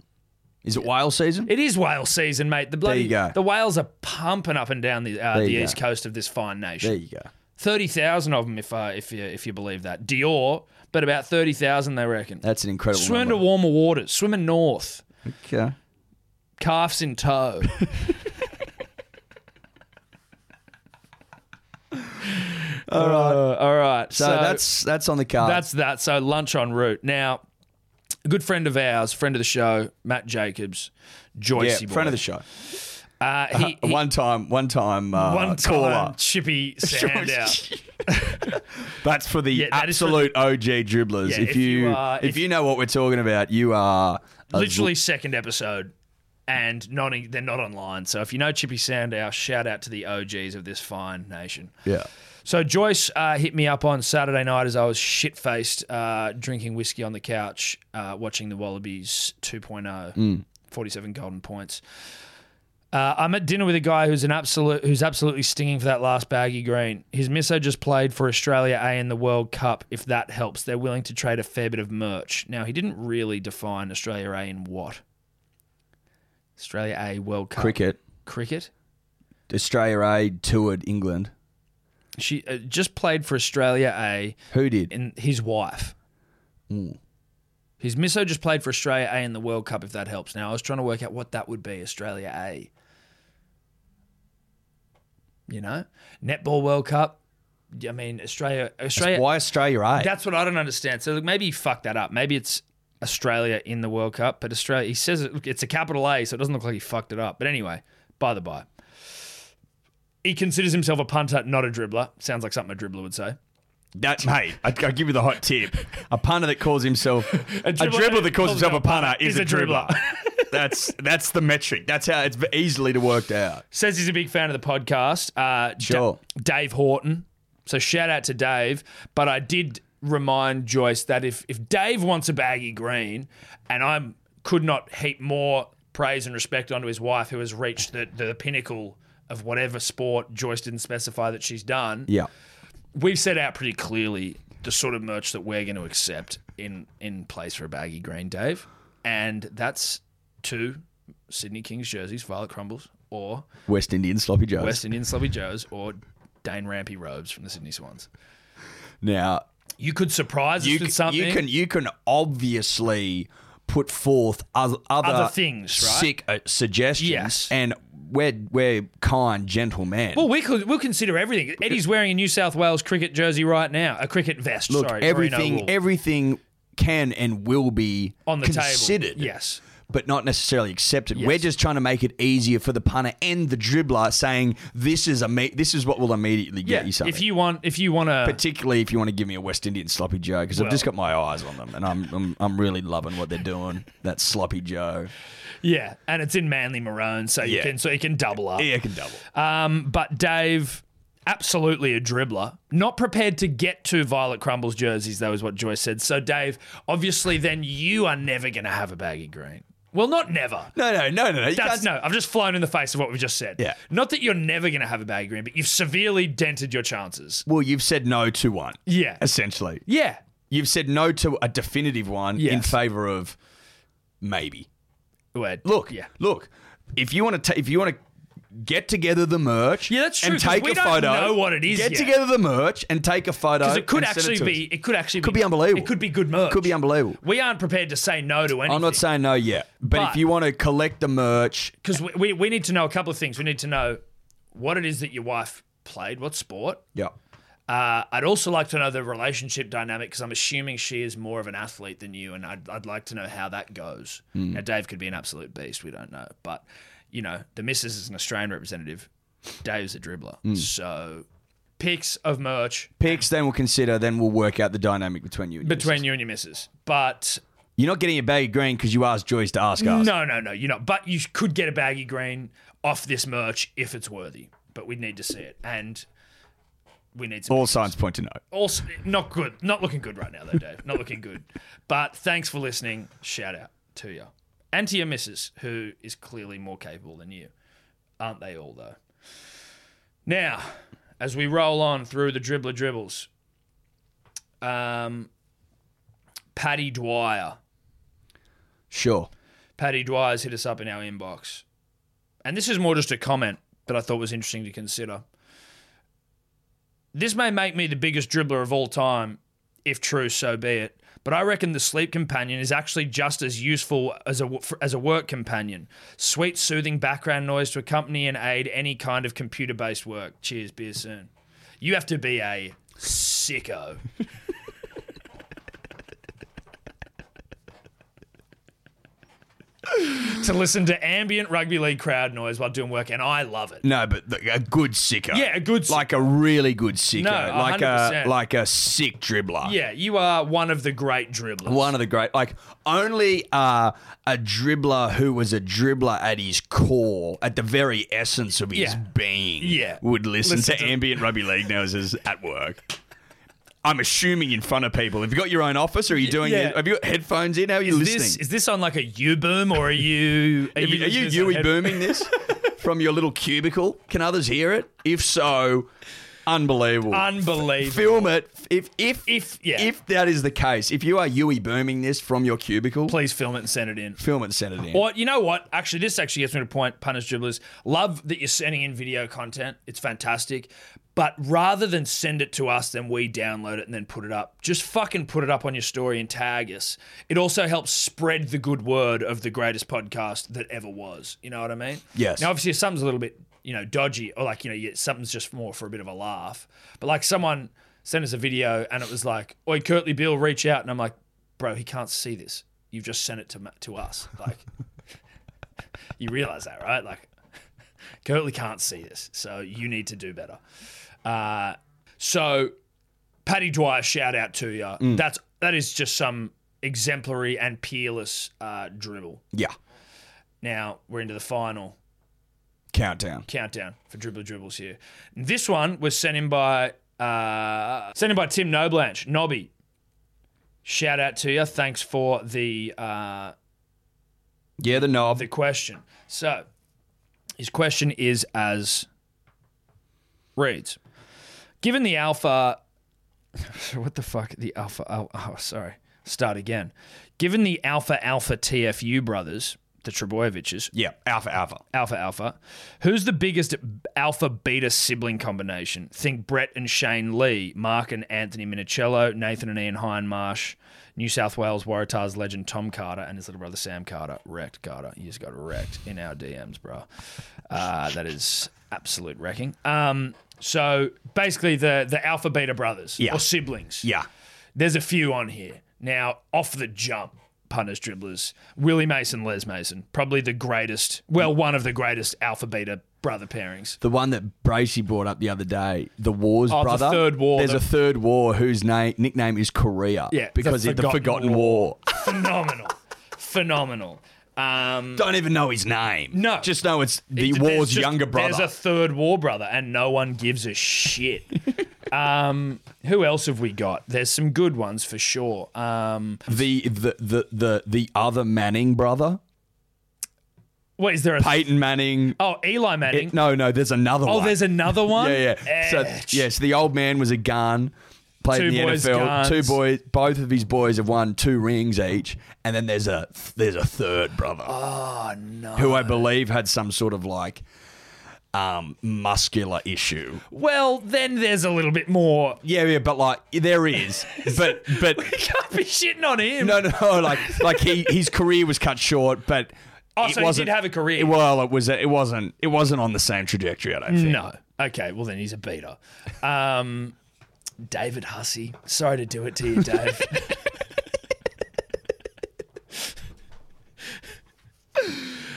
Speaker 3: Is it whale season?
Speaker 2: It is whale season, mate. The bloody
Speaker 3: you go.
Speaker 2: the whales are pumping up and down the uh,
Speaker 3: There
Speaker 2: the
Speaker 3: you go.
Speaker 2: east coast of this fine
Speaker 3: there
Speaker 2: nation.
Speaker 3: you go.
Speaker 2: Thirty thousand of them, if uh, if you if you believe that Dior, but about thirty thousand they reckon.
Speaker 3: That's an incredible.
Speaker 2: Swim to
Speaker 3: number.
Speaker 2: warmer waters. Swimming north.
Speaker 3: Okay.
Speaker 2: Calves in tow. all right, all right.
Speaker 3: Uh, So, that's that's on the card.
Speaker 2: that's that. So lunch en route. Now, a good friend of ours, friend of the show, Matt Jacobs,
Speaker 3: yeah,
Speaker 2: Joycey boy.
Speaker 3: friend of the show.
Speaker 2: Uh, he, he,
Speaker 3: one time, one time, uh,
Speaker 2: one time,
Speaker 3: caller.
Speaker 2: Chippy Sandow.
Speaker 3: That's for the
Speaker 2: Yeah, that is for
Speaker 3: absolute OG dribblers.
Speaker 2: Yeah,
Speaker 3: if,
Speaker 2: if you
Speaker 3: you,
Speaker 2: are-
Speaker 3: if,
Speaker 2: if-
Speaker 3: you know what we're talking about, you are a
Speaker 2: literally second episode and not they're not online. So if you know Chippy Sandow, shout out to the OGs of this fine nation.
Speaker 3: Yeah.
Speaker 2: So Joyce uh, hit me up on Saturday night as I was shit faced, uh, drinking whiskey on the couch, uh, watching the Wallabies 2.0, 47 golden points. Uh, I'm at dinner with a guy who's an absolute who's absolutely stinging for that last baggy green. His misso just played for Australia A in the World Cup. If that helps, they're willing to trade a fair bit of merch. Now he didn't really define Australia A in what. Australia A World Cup
Speaker 3: cricket.
Speaker 2: cricket.
Speaker 3: Australia A toured England.
Speaker 2: She uh, just played for Australia A.
Speaker 3: Who did?
Speaker 2: and his wife.
Speaker 4: Mm.
Speaker 2: His misso just played for Australia A in the World Cup, if that helps. Now, I was trying to work out what that would be, Australia A. You know, netball World Cup. I mean, Australia, Australia.
Speaker 3: Why Australia A?
Speaker 2: That's what I don't understand. So look, maybe he fucked that up. Maybe it's Australia in the World Cup, but Australia. He says it, look, it's a capital A, so it doesn't look like he fucked it up. But anyway, by the by, he considers himself a punter, not a dribbler. Sounds like something a dribbler would say.
Speaker 4: That mate, I, I give you the hot tip.
Speaker 3: a punter that calls himself
Speaker 4: A dribbler, that calls himself a punter is,
Speaker 2: is
Speaker 4: a
Speaker 2: a dribbler.
Speaker 4: dribbler. that's that's the metric. That's
Speaker 3: That's how it's easily to worked out.
Speaker 2: says he's a big fan of the podcast. Uh, D-
Speaker 3: Sure.
Speaker 2: Dave Horton. So shout out to Dave. But I did remind Joyce that if if Dave wants a baggy green, and I am could not heap more praise and respect onto his wife, who has reached the the pinnacle of whatever sport Joyce didn't specify that she's done.
Speaker 3: Yeah.
Speaker 2: We've set out pretty clearly the sort of merch that we're going to accept in in place for a baggy green, Dave, and that's two Sydney Kings jerseys, Violet Crumbles, or
Speaker 3: West Indian sloppy joes.
Speaker 2: West Indian Sloppy Joes or Dane Rampy Robes from the Sydney Swans.
Speaker 3: Now
Speaker 2: You could surprise
Speaker 3: you
Speaker 2: us
Speaker 3: can,
Speaker 2: with something.
Speaker 3: you can you can obviously put forth other other,
Speaker 2: Other things, right?
Speaker 3: sick uh, suggestions.
Speaker 2: Yes.
Speaker 3: and we're we're kind gentlemen.
Speaker 2: well, we could, we'll consider everything. Eddie's wearing a New South Wales cricket jersey right now, a cricket vest.
Speaker 3: Look,
Speaker 2: sorry, merino
Speaker 3: everything
Speaker 2: wool,
Speaker 3: everything can and will be
Speaker 2: on the
Speaker 3: considered.
Speaker 2: table. Yes,
Speaker 3: But not necessarily accepted. We're just trying to make it easier for the punter and the dribbler, saying this is a me- this is what will immediately get you something.
Speaker 2: If you want, if you want to,
Speaker 3: particularly if you want to give me a West Indian sloppy Joe, because I've just got my eyes on them, and I'm, I'm I'm really loving what they're doing. That sloppy Joe.
Speaker 2: yeah, and it's in Manly maroon, so you
Speaker 4: Yeah.
Speaker 2: can so you can double up.
Speaker 4: yeah, I can double.
Speaker 3: Uh,
Speaker 2: Um, but Dave, absolutely a dribbler. Not prepared to get to Violet Crumbles jerseys, though, is what Joyce said. So, Dave, obviously, then you are never going to have a baggy green. Well, not never.
Speaker 3: No, no, no, no, no. You
Speaker 2: That's
Speaker 3: can't-
Speaker 2: no. I've just flown in the face of what we've just said.
Speaker 3: Yeah.
Speaker 2: Not that you're never going to have a baggy green, but you've severely dented your chances.
Speaker 3: Well, you've said no to one.
Speaker 2: Yeah.
Speaker 3: Essentially,
Speaker 2: Yeah.
Speaker 3: you've said no to a definitive one in
Speaker 2: Yes.
Speaker 3: favor of maybe.
Speaker 2: Wait,
Speaker 3: Look,
Speaker 2: Yeah.
Speaker 3: look. If you want to, ta- if you want to get together the merch.
Speaker 2: Yeah, that's true,
Speaker 3: And
Speaker 2: 'cause
Speaker 3: take
Speaker 2: we
Speaker 3: a
Speaker 2: don't
Speaker 3: photo.
Speaker 2: know what it is
Speaker 3: Get
Speaker 2: yet.
Speaker 3: together the merch and take a photo.
Speaker 2: Because it could
Speaker 3: and send
Speaker 2: actually
Speaker 3: to
Speaker 2: be,
Speaker 3: us.
Speaker 2: it could actually
Speaker 3: Could
Speaker 2: be,
Speaker 3: be unbelievable.
Speaker 2: It could be good merch.
Speaker 3: Could be unbelievable.
Speaker 2: We aren't prepared to say no to anything.
Speaker 3: I'm not saying no yet, but,
Speaker 2: But-
Speaker 3: if you want to collect the merch,
Speaker 2: because we, we we need to know a couple of things. We need to know what it is that your wife played, what sport.
Speaker 3: yeah,
Speaker 2: Uh, I'd also like to know the relationship dynamic because I'm assuming she is more of an athlete than you, and I'd, I'd like to know how that goes. Now, Dave could be an absolute beast. We don't know, but you know, the missus is an Australian representative. Dave's a dribbler, so pics of merch
Speaker 3: pics. Then we'll consider. Then we'll work out the dynamic between you. And your
Speaker 2: between
Speaker 3: missus.
Speaker 2: you and your missus. But
Speaker 3: you're not getting a bag of green because you asked Joyce to ask us.
Speaker 2: no, no, no, you're not. But you could get a baggy green off this merch if it's worthy. But we need to see it, and we need some
Speaker 3: All signs point to no.
Speaker 2: Also, not good. Not looking good right now, though, Dave. Not looking good. But thanks for listening. Shout out to you and to your missus, who is clearly more capable than you. Aren't they all, though? Now, as we roll on through the dribbler dribbles, um, Paddy Dwyer.
Speaker 3: Sure.
Speaker 2: Paddy Dwyer's hit us up in our inbox. And this is more just a comment that I thought was interesting to consider. This may make me the biggest dribbler of all time, if true, so be it. But I reckon the sleep companion is actually just as useful as a, w- for- as a work companion. Sweet, soothing background noise to accompany and aid any kind of computer based work. Cheers, beer soon. You have to be a sicko. to listen to ambient rugby league crowd noise while doing work, and I love it.
Speaker 3: No, but the, a good sicker.
Speaker 2: Yeah, a good sick-
Speaker 3: Like a really good sicker.
Speaker 2: No,
Speaker 3: like
Speaker 2: 100%.
Speaker 3: a like a sick dribbler.
Speaker 2: Yeah, you are one of the great dribblers.
Speaker 3: One of the great, like only uh, a dribbler who was a dribbler at his core, at the very essence of his
Speaker 2: Yeah.
Speaker 3: being,
Speaker 2: Yeah.
Speaker 3: would listen,
Speaker 2: Listen
Speaker 3: to,
Speaker 2: to-
Speaker 3: ambient rugby league noises at work. I'm assuming in front of people. Have you got your own office, or are you doing?
Speaker 2: Yeah.
Speaker 3: it? Have you got headphones in? How are you
Speaker 2: Is
Speaker 3: listening?
Speaker 2: this, is this on like a U boom or are you? Are
Speaker 3: If you- E are
Speaker 2: listening
Speaker 3: you
Speaker 2: to
Speaker 3: Yui booming this from your little cubicle? Can others hear it? If so, unbelievable.
Speaker 2: Unbelievable.
Speaker 3: Film it. If if
Speaker 2: If- yeah.
Speaker 3: if that is the case, if you are Yui booming this from your cubicle,
Speaker 2: Please film it and send it in.
Speaker 3: film it and send it in.
Speaker 2: Or you know what? Actually, this actually gets me to point. Punish dribblers. Love that you're sending in video content. It's fantastic. But rather than send it to us, then we download it and then put it up. Just fucking put it up on your story and tag us. It also helps spread the good word of the greatest podcast that ever was. You know what I mean?
Speaker 3: Yes.
Speaker 2: Now, obviously, if something's a little bit you know dodgy, or like you know yeah, something's just more for a bit of a laugh. But like someone sent us a video and it was like, "Oi, Curtly Bill, reach out," and I'm like, "Bro, he can't see this. You've just sent it to ma- to us. Like, you realize that, right? Like, Curtly can't see this, so you need to do better." Uh, so, Paddy Dwyer, shout out to you. That's that is just some exemplary and peerless uh, dribble.
Speaker 3: yeah.
Speaker 2: Now we're into the final
Speaker 3: Countdown.
Speaker 2: countdown for dribbler dribbles here. This one was sent in by uh, sent in by Tim Noblanche, Nobby. Shout out to you. Thanks for the uh,
Speaker 3: Yeah, the knob.
Speaker 2: the question. So his question is as reads: Given the alpha, what the fuck? The alpha. Oh, oh, sorry. Start again. Given the alpha alpha TFU brothers, the Trebojeviches,
Speaker 3: yeah, alpha alpha.
Speaker 2: Alpha Alpha. Who's the biggest Alpha Beta sibling combination? Think Brett and Shane Lee, Mark and Anthony Minicello, Nathan and Ian Hindmarsh, New South Wales Waratahs legend Tom Carter and his little brother Sam Carter. Wrecked Carter. You just got wrecked in our DMs, bro. Uh, that is absolute wrecking. Um, so basically, the the Alpha Beta brothers
Speaker 3: Yeah.
Speaker 2: or siblings.
Speaker 3: Yeah.
Speaker 2: There's a few on here. Now, off the jump, punters, dribblers, Willie Mason, Les Mason, probably the greatest, well, one of the greatest alpha beta brother pairings.
Speaker 3: The one that Bracey brought up the other day, the Wars
Speaker 2: Oh, the
Speaker 3: brother.
Speaker 2: third war.
Speaker 3: There's
Speaker 2: The-
Speaker 3: a third war whose name nickname is Korea.
Speaker 2: Yeah, the
Speaker 3: because it's the
Speaker 2: Forgotten
Speaker 3: Forgotten War.
Speaker 2: Phenomenal. Phenomenal. Um,
Speaker 3: Don't even know his name.
Speaker 2: No.
Speaker 3: just know it's the
Speaker 2: There's
Speaker 3: war's
Speaker 2: just-
Speaker 3: younger brother.
Speaker 2: There's a third war brother, and no one gives a shit. um, who else have we got? There's some good ones for sure. Um,
Speaker 3: the the the the the other Manning brother,
Speaker 2: what is there? A
Speaker 3: Peyton Manning.
Speaker 2: oh, Eli Manning.
Speaker 3: It- no, no, there's another one.
Speaker 2: oh, there's another one.
Speaker 3: yeah, yeah.
Speaker 2: Eh,
Speaker 3: So yes, the old man was a gun. Played
Speaker 2: Two
Speaker 3: in the
Speaker 2: boys,
Speaker 3: NFL.
Speaker 2: guns.
Speaker 3: Two boys, both of his boys have won two rings each, and then there's a there's a third brother
Speaker 2: Oh no.
Speaker 3: who I believe had some sort of like
Speaker 4: um, muscular issue.
Speaker 2: Well, then there's a little bit more.
Speaker 4: Yeah, yeah, but like there is, but but
Speaker 2: You can't be shitting on him.
Speaker 4: no, no, like like he his career was cut short, but
Speaker 2: Oh,
Speaker 4: it
Speaker 2: so he did
Speaker 4: wasn't,
Speaker 2: have a career. Mm.
Speaker 4: it- well, it was it wasn't it wasn't on the same trajectory. I don't think.
Speaker 2: No. Okay, well then he's a beater. Um, David Hussey. Sorry to do it to you, Dave.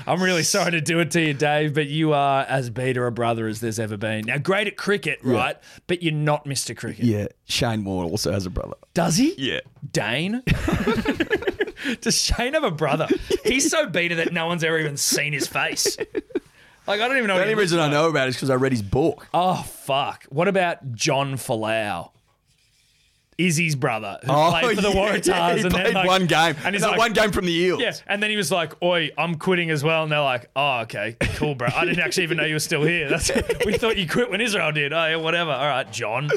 Speaker 2: I'm really sorry to do it to you, Dave, but you are as beta a brother as there's ever been. Now, great at cricket, right? But you're not Mr. Cricket.
Speaker 3: Yeah, Shane Warne also has a brother.
Speaker 2: Does he?
Speaker 4: Yeah.
Speaker 2: Dane? Does Shane have a brother? He's so beta that no one's ever even seen his face. Like, I don't even know
Speaker 3: The
Speaker 2: what he
Speaker 3: only reason I know about it is because I read his book.
Speaker 2: Oh fuck! What about John Falau? Izzy's brother who played for the
Speaker 3: Oh, yeah,
Speaker 2: Waratahs
Speaker 3: yeah, he
Speaker 2: and
Speaker 3: played
Speaker 2: then like,
Speaker 3: one game,
Speaker 2: and he's
Speaker 3: that
Speaker 2: like,
Speaker 3: one game from the Eels.
Speaker 2: yeah, and then he was like, "Oi, I'm quitting as well," and they're like, "Oh, okay, cool, bro. I didn't actually even know you were still here. That's we thought you quit when Israel did. Oh, yeah, whatever. All right, John.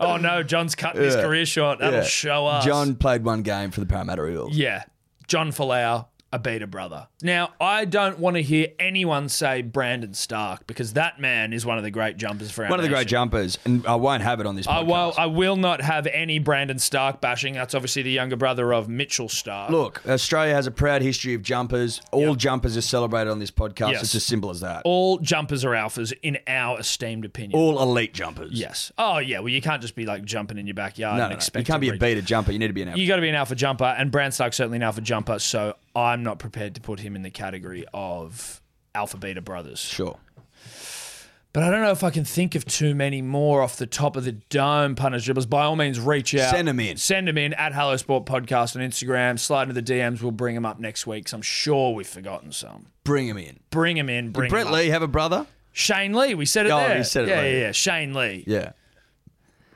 Speaker 2: Oh no, John's cutting his
Speaker 3: Yeah.
Speaker 2: career short. That'll
Speaker 3: Yeah.
Speaker 2: show us.
Speaker 3: John played one game for the Parramatta Eels.
Speaker 2: Yeah. John Falau, a beta brother. Now, I don't want to hear anyone say Brandon Stark because that man is one of the great jumpers for our
Speaker 3: One of the great
Speaker 2: nation.
Speaker 3: jumpers, and I won't have it on this podcast.
Speaker 2: I will, I will not have any Brandon Stark bashing. That's obviously the younger brother of Mitchell Stark.
Speaker 3: Look, Australia has a proud history of jumpers. All jumpers are celebrated on this podcast.
Speaker 2: Yes.
Speaker 3: It's as simple as that. All,
Speaker 2: All jumpers are alphas, in our esteemed opinion.
Speaker 3: elite jumpers.
Speaker 2: yes. Oh, yeah. Well, you can't just be like jumping in your backyard and
Speaker 3: No, no, no. You
Speaker 2: expect
Speaker 3: can't
Speaker 2: to
Speaker 3: be a
Speaker 2: reach-
Speaker 3: beta jumper. You need to be an alpha.
Speaker 2: You got to be an alpha jumper, and Brand Stark's certainly an alpha jumper, so I'm not prepared to put him in the category of alpha beta brothers.
Speaker 3: sure.
Speaker 2: But I don't know if I can think of too many more off the top of the dome, punters, dribblers. By all means, reach out.
Speaker 3: Send 'em in.
Speaker 2: Send them in at Hello Sport Podcast on Instagram. Slide into the DMs. We'll bring them up next week 'cause I'm sure we've forgotten some.
Speaker 3: Bring him in.
Speaker 2: Bring them in. Bring 'em
Speaker 3: Brett
Speaker 2: up.
Speaker 3: Lee have a brother?
Speaker 2: Shane Lee. We said it
Speaker 3: Oh,
Speaker 2: there.
Speaker 3: we said it
Speaker 2: yeah,
Speaker 3: later.
Speaker 2: yeah, yeah. Shane Lee.
Speaker 3: Yeah.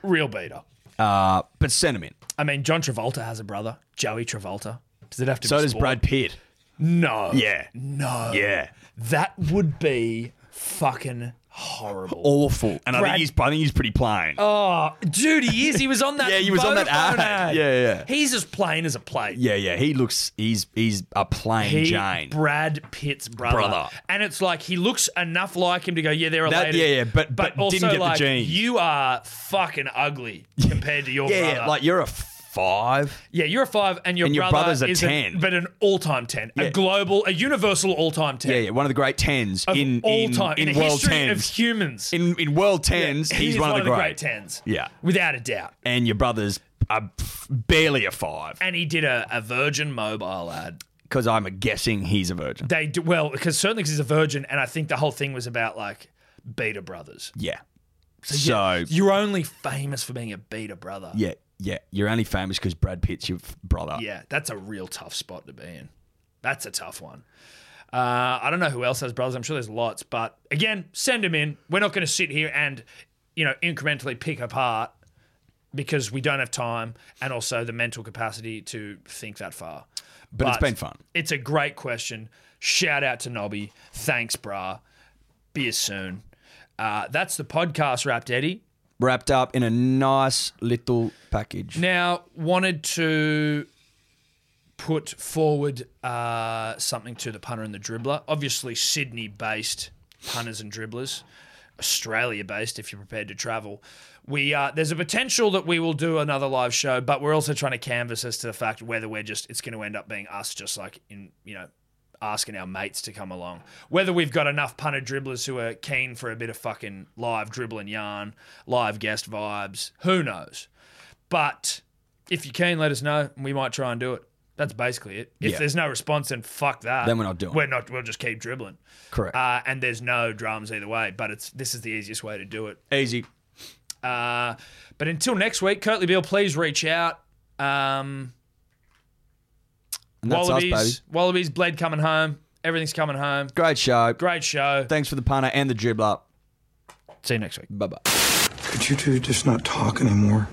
Speaker 2: Real beater.
Speaker 3: Uh, but send him in.
Speaker 2: I mean, John Travolta has a brother, Joey Travolta. Does it have to
Speaker 3: So
Speaker 2: be
Speaker 3: does
Speaker 2: sport? Oh.
Speaker 3: Brad Pitt.
Speaker 2: No.
Speaker 4: Yeah.
Speaker 2: No.
Speaker 4: Yeah.
Speaker 2: That would be fucking horrible.
Speaker 3: Awful.
Speaker 4: And I
Speaker 2: Brad-
Speaker 4: think he's I think he's pretty plain.
Speaker 2: Oh, dude, he is. He was on that.
Speaker 3: Yeah, he was on that
Speaker 2: Vodafone
Speaker 3: ad.
Speaker 2: ad.
Speaker 3: Yeah, yeah.
Speaker 2: He's as plain as a plate.
Speaker 3: yeah, yeah. He looks. He's he's a plain
Speaker 2: He,
Speaker 3: Jane.
Speaker 2: Brad Pitt's brother.
Speaker 4: Brother.
Speaker 2: and it's like he looks enough like him to go, yeah, they're
Speaker 3: That-
Speaker 2: related.
Speaker 3: yeah, yeah, but- but
Speaker 2: also
Speaker 3: didn't get the
Speaker 2: like,
Speaker 3: genes.
Speaker 2: You are fucking ugly compared to your
Speaker 3: yeah,
Speaker 2: brother.
Speaker 3: yeah. Like you're a five.
Speaker 2: yeah, you're a five, and your,
Speaker 3: And your
Speaker 2: brother
Speaker 3: brother's a
Speaker 2: is an-
Speaker 3: 10.
Speaker 2: but an all-time ten, a
Speaker 3: Yeah.
Speaker 2: global, a universal all-time ten
Speaker 3: Yeah, yeah. One of the great tens
Speaker 2: of
Speaker 3: in
Speaker 2: all
Speaker 3: in,
Speaker 2: time
Speaker 3: in,
Speaker 2: the
Speaker 3: world
Speaker 2: history
Speaker 3: tens.
Speaker 2: of humans.
Speaker 3: in in world tens, he's
Speaker 2: He is
Speaker 3: one, of the
Speaker 2: great
Speaker 3: great.
Speaker 2: tens,
Speaker 3: Yeah.
Speaker 2: without a doubt.
Speaker 3: And your brother's a, barely a five
Speaker 2: And he did a, a Virgin Mobile ad.
Speaker 3: because I'm guessing he's a virgin.
Speaker 2: They do well because certainly because he's a virgin, and I think the whole thing was about like beta brothers.
Speaker 3: Yeah. So,
Speaker 2: Yeah,
Speaker 3: yeah,
Speaker 2: you're only famous for being a beta brother.
Speaker 3: yeah, You're only famous because Brad Pitt's your f- brother.
Speaker 2: Yeah, that's a real tough spot to be in. That's a tough one. Uh, I don't know who else has brothers. I'm sure there's lots, but again, send them in. We're not going to sit here and you know incrementally pick apart because we don't have time and also the mental capacity to think that far.
Speaker 3: But it's been fun.
Speaker 2: It's a great question. Shout out to Nobby. Thanks, brah. Be you soon. Uh, that's the podcast wrapped, Eddie.
Speaker 3: Wrapped up in a nice little package.
Speaker 2: Now, wanted to put forward uh, something to the punter and the dribbler. Obviously, Sydney based punters and dribblers, Australia based if you're prepared to travel. We uh, There's a potential that we will do another live show, but we're also trying to canvas as to the fact whether we're just, it's going to end up being us just like in, you know, asking our mates to come along. Whether we've got enough punter dribblers who are keen for a bit of fucking live dribble and yarn, live guest vibes, who knows? But if you can, let us know. and We might try and do it. That's basically it. If
Speaker 3: Yeah.
Speaker 2: there's no response, then fuck that.
Speaker 3: Then we're not doing
Speaker 2: We're not. We'll just keep dribbling.
Speaker 3: Correct.
Speaker 2: Uh, and there's no drums either way. But it's this is the easiest way to do it.
Speaker 3: Easy.
Speaker 2: Uh, but until next week, Curtly Bill, please reach out. Um,
Speaker 3: And that's
Speaker 2: Wallabies,
Speaker 3: us, baby.
Speaker 2: Wallabies, Bled coming home. Everything's coming home.
Speaker 3: Great show.
Speaker 2: Great show.
Speaker 3: Thanks for the punter and the dribbler.
Speaker 2: See you next week.
Speaker 3: Bye bye.
Speaker 5: Could you two just not talk anymore?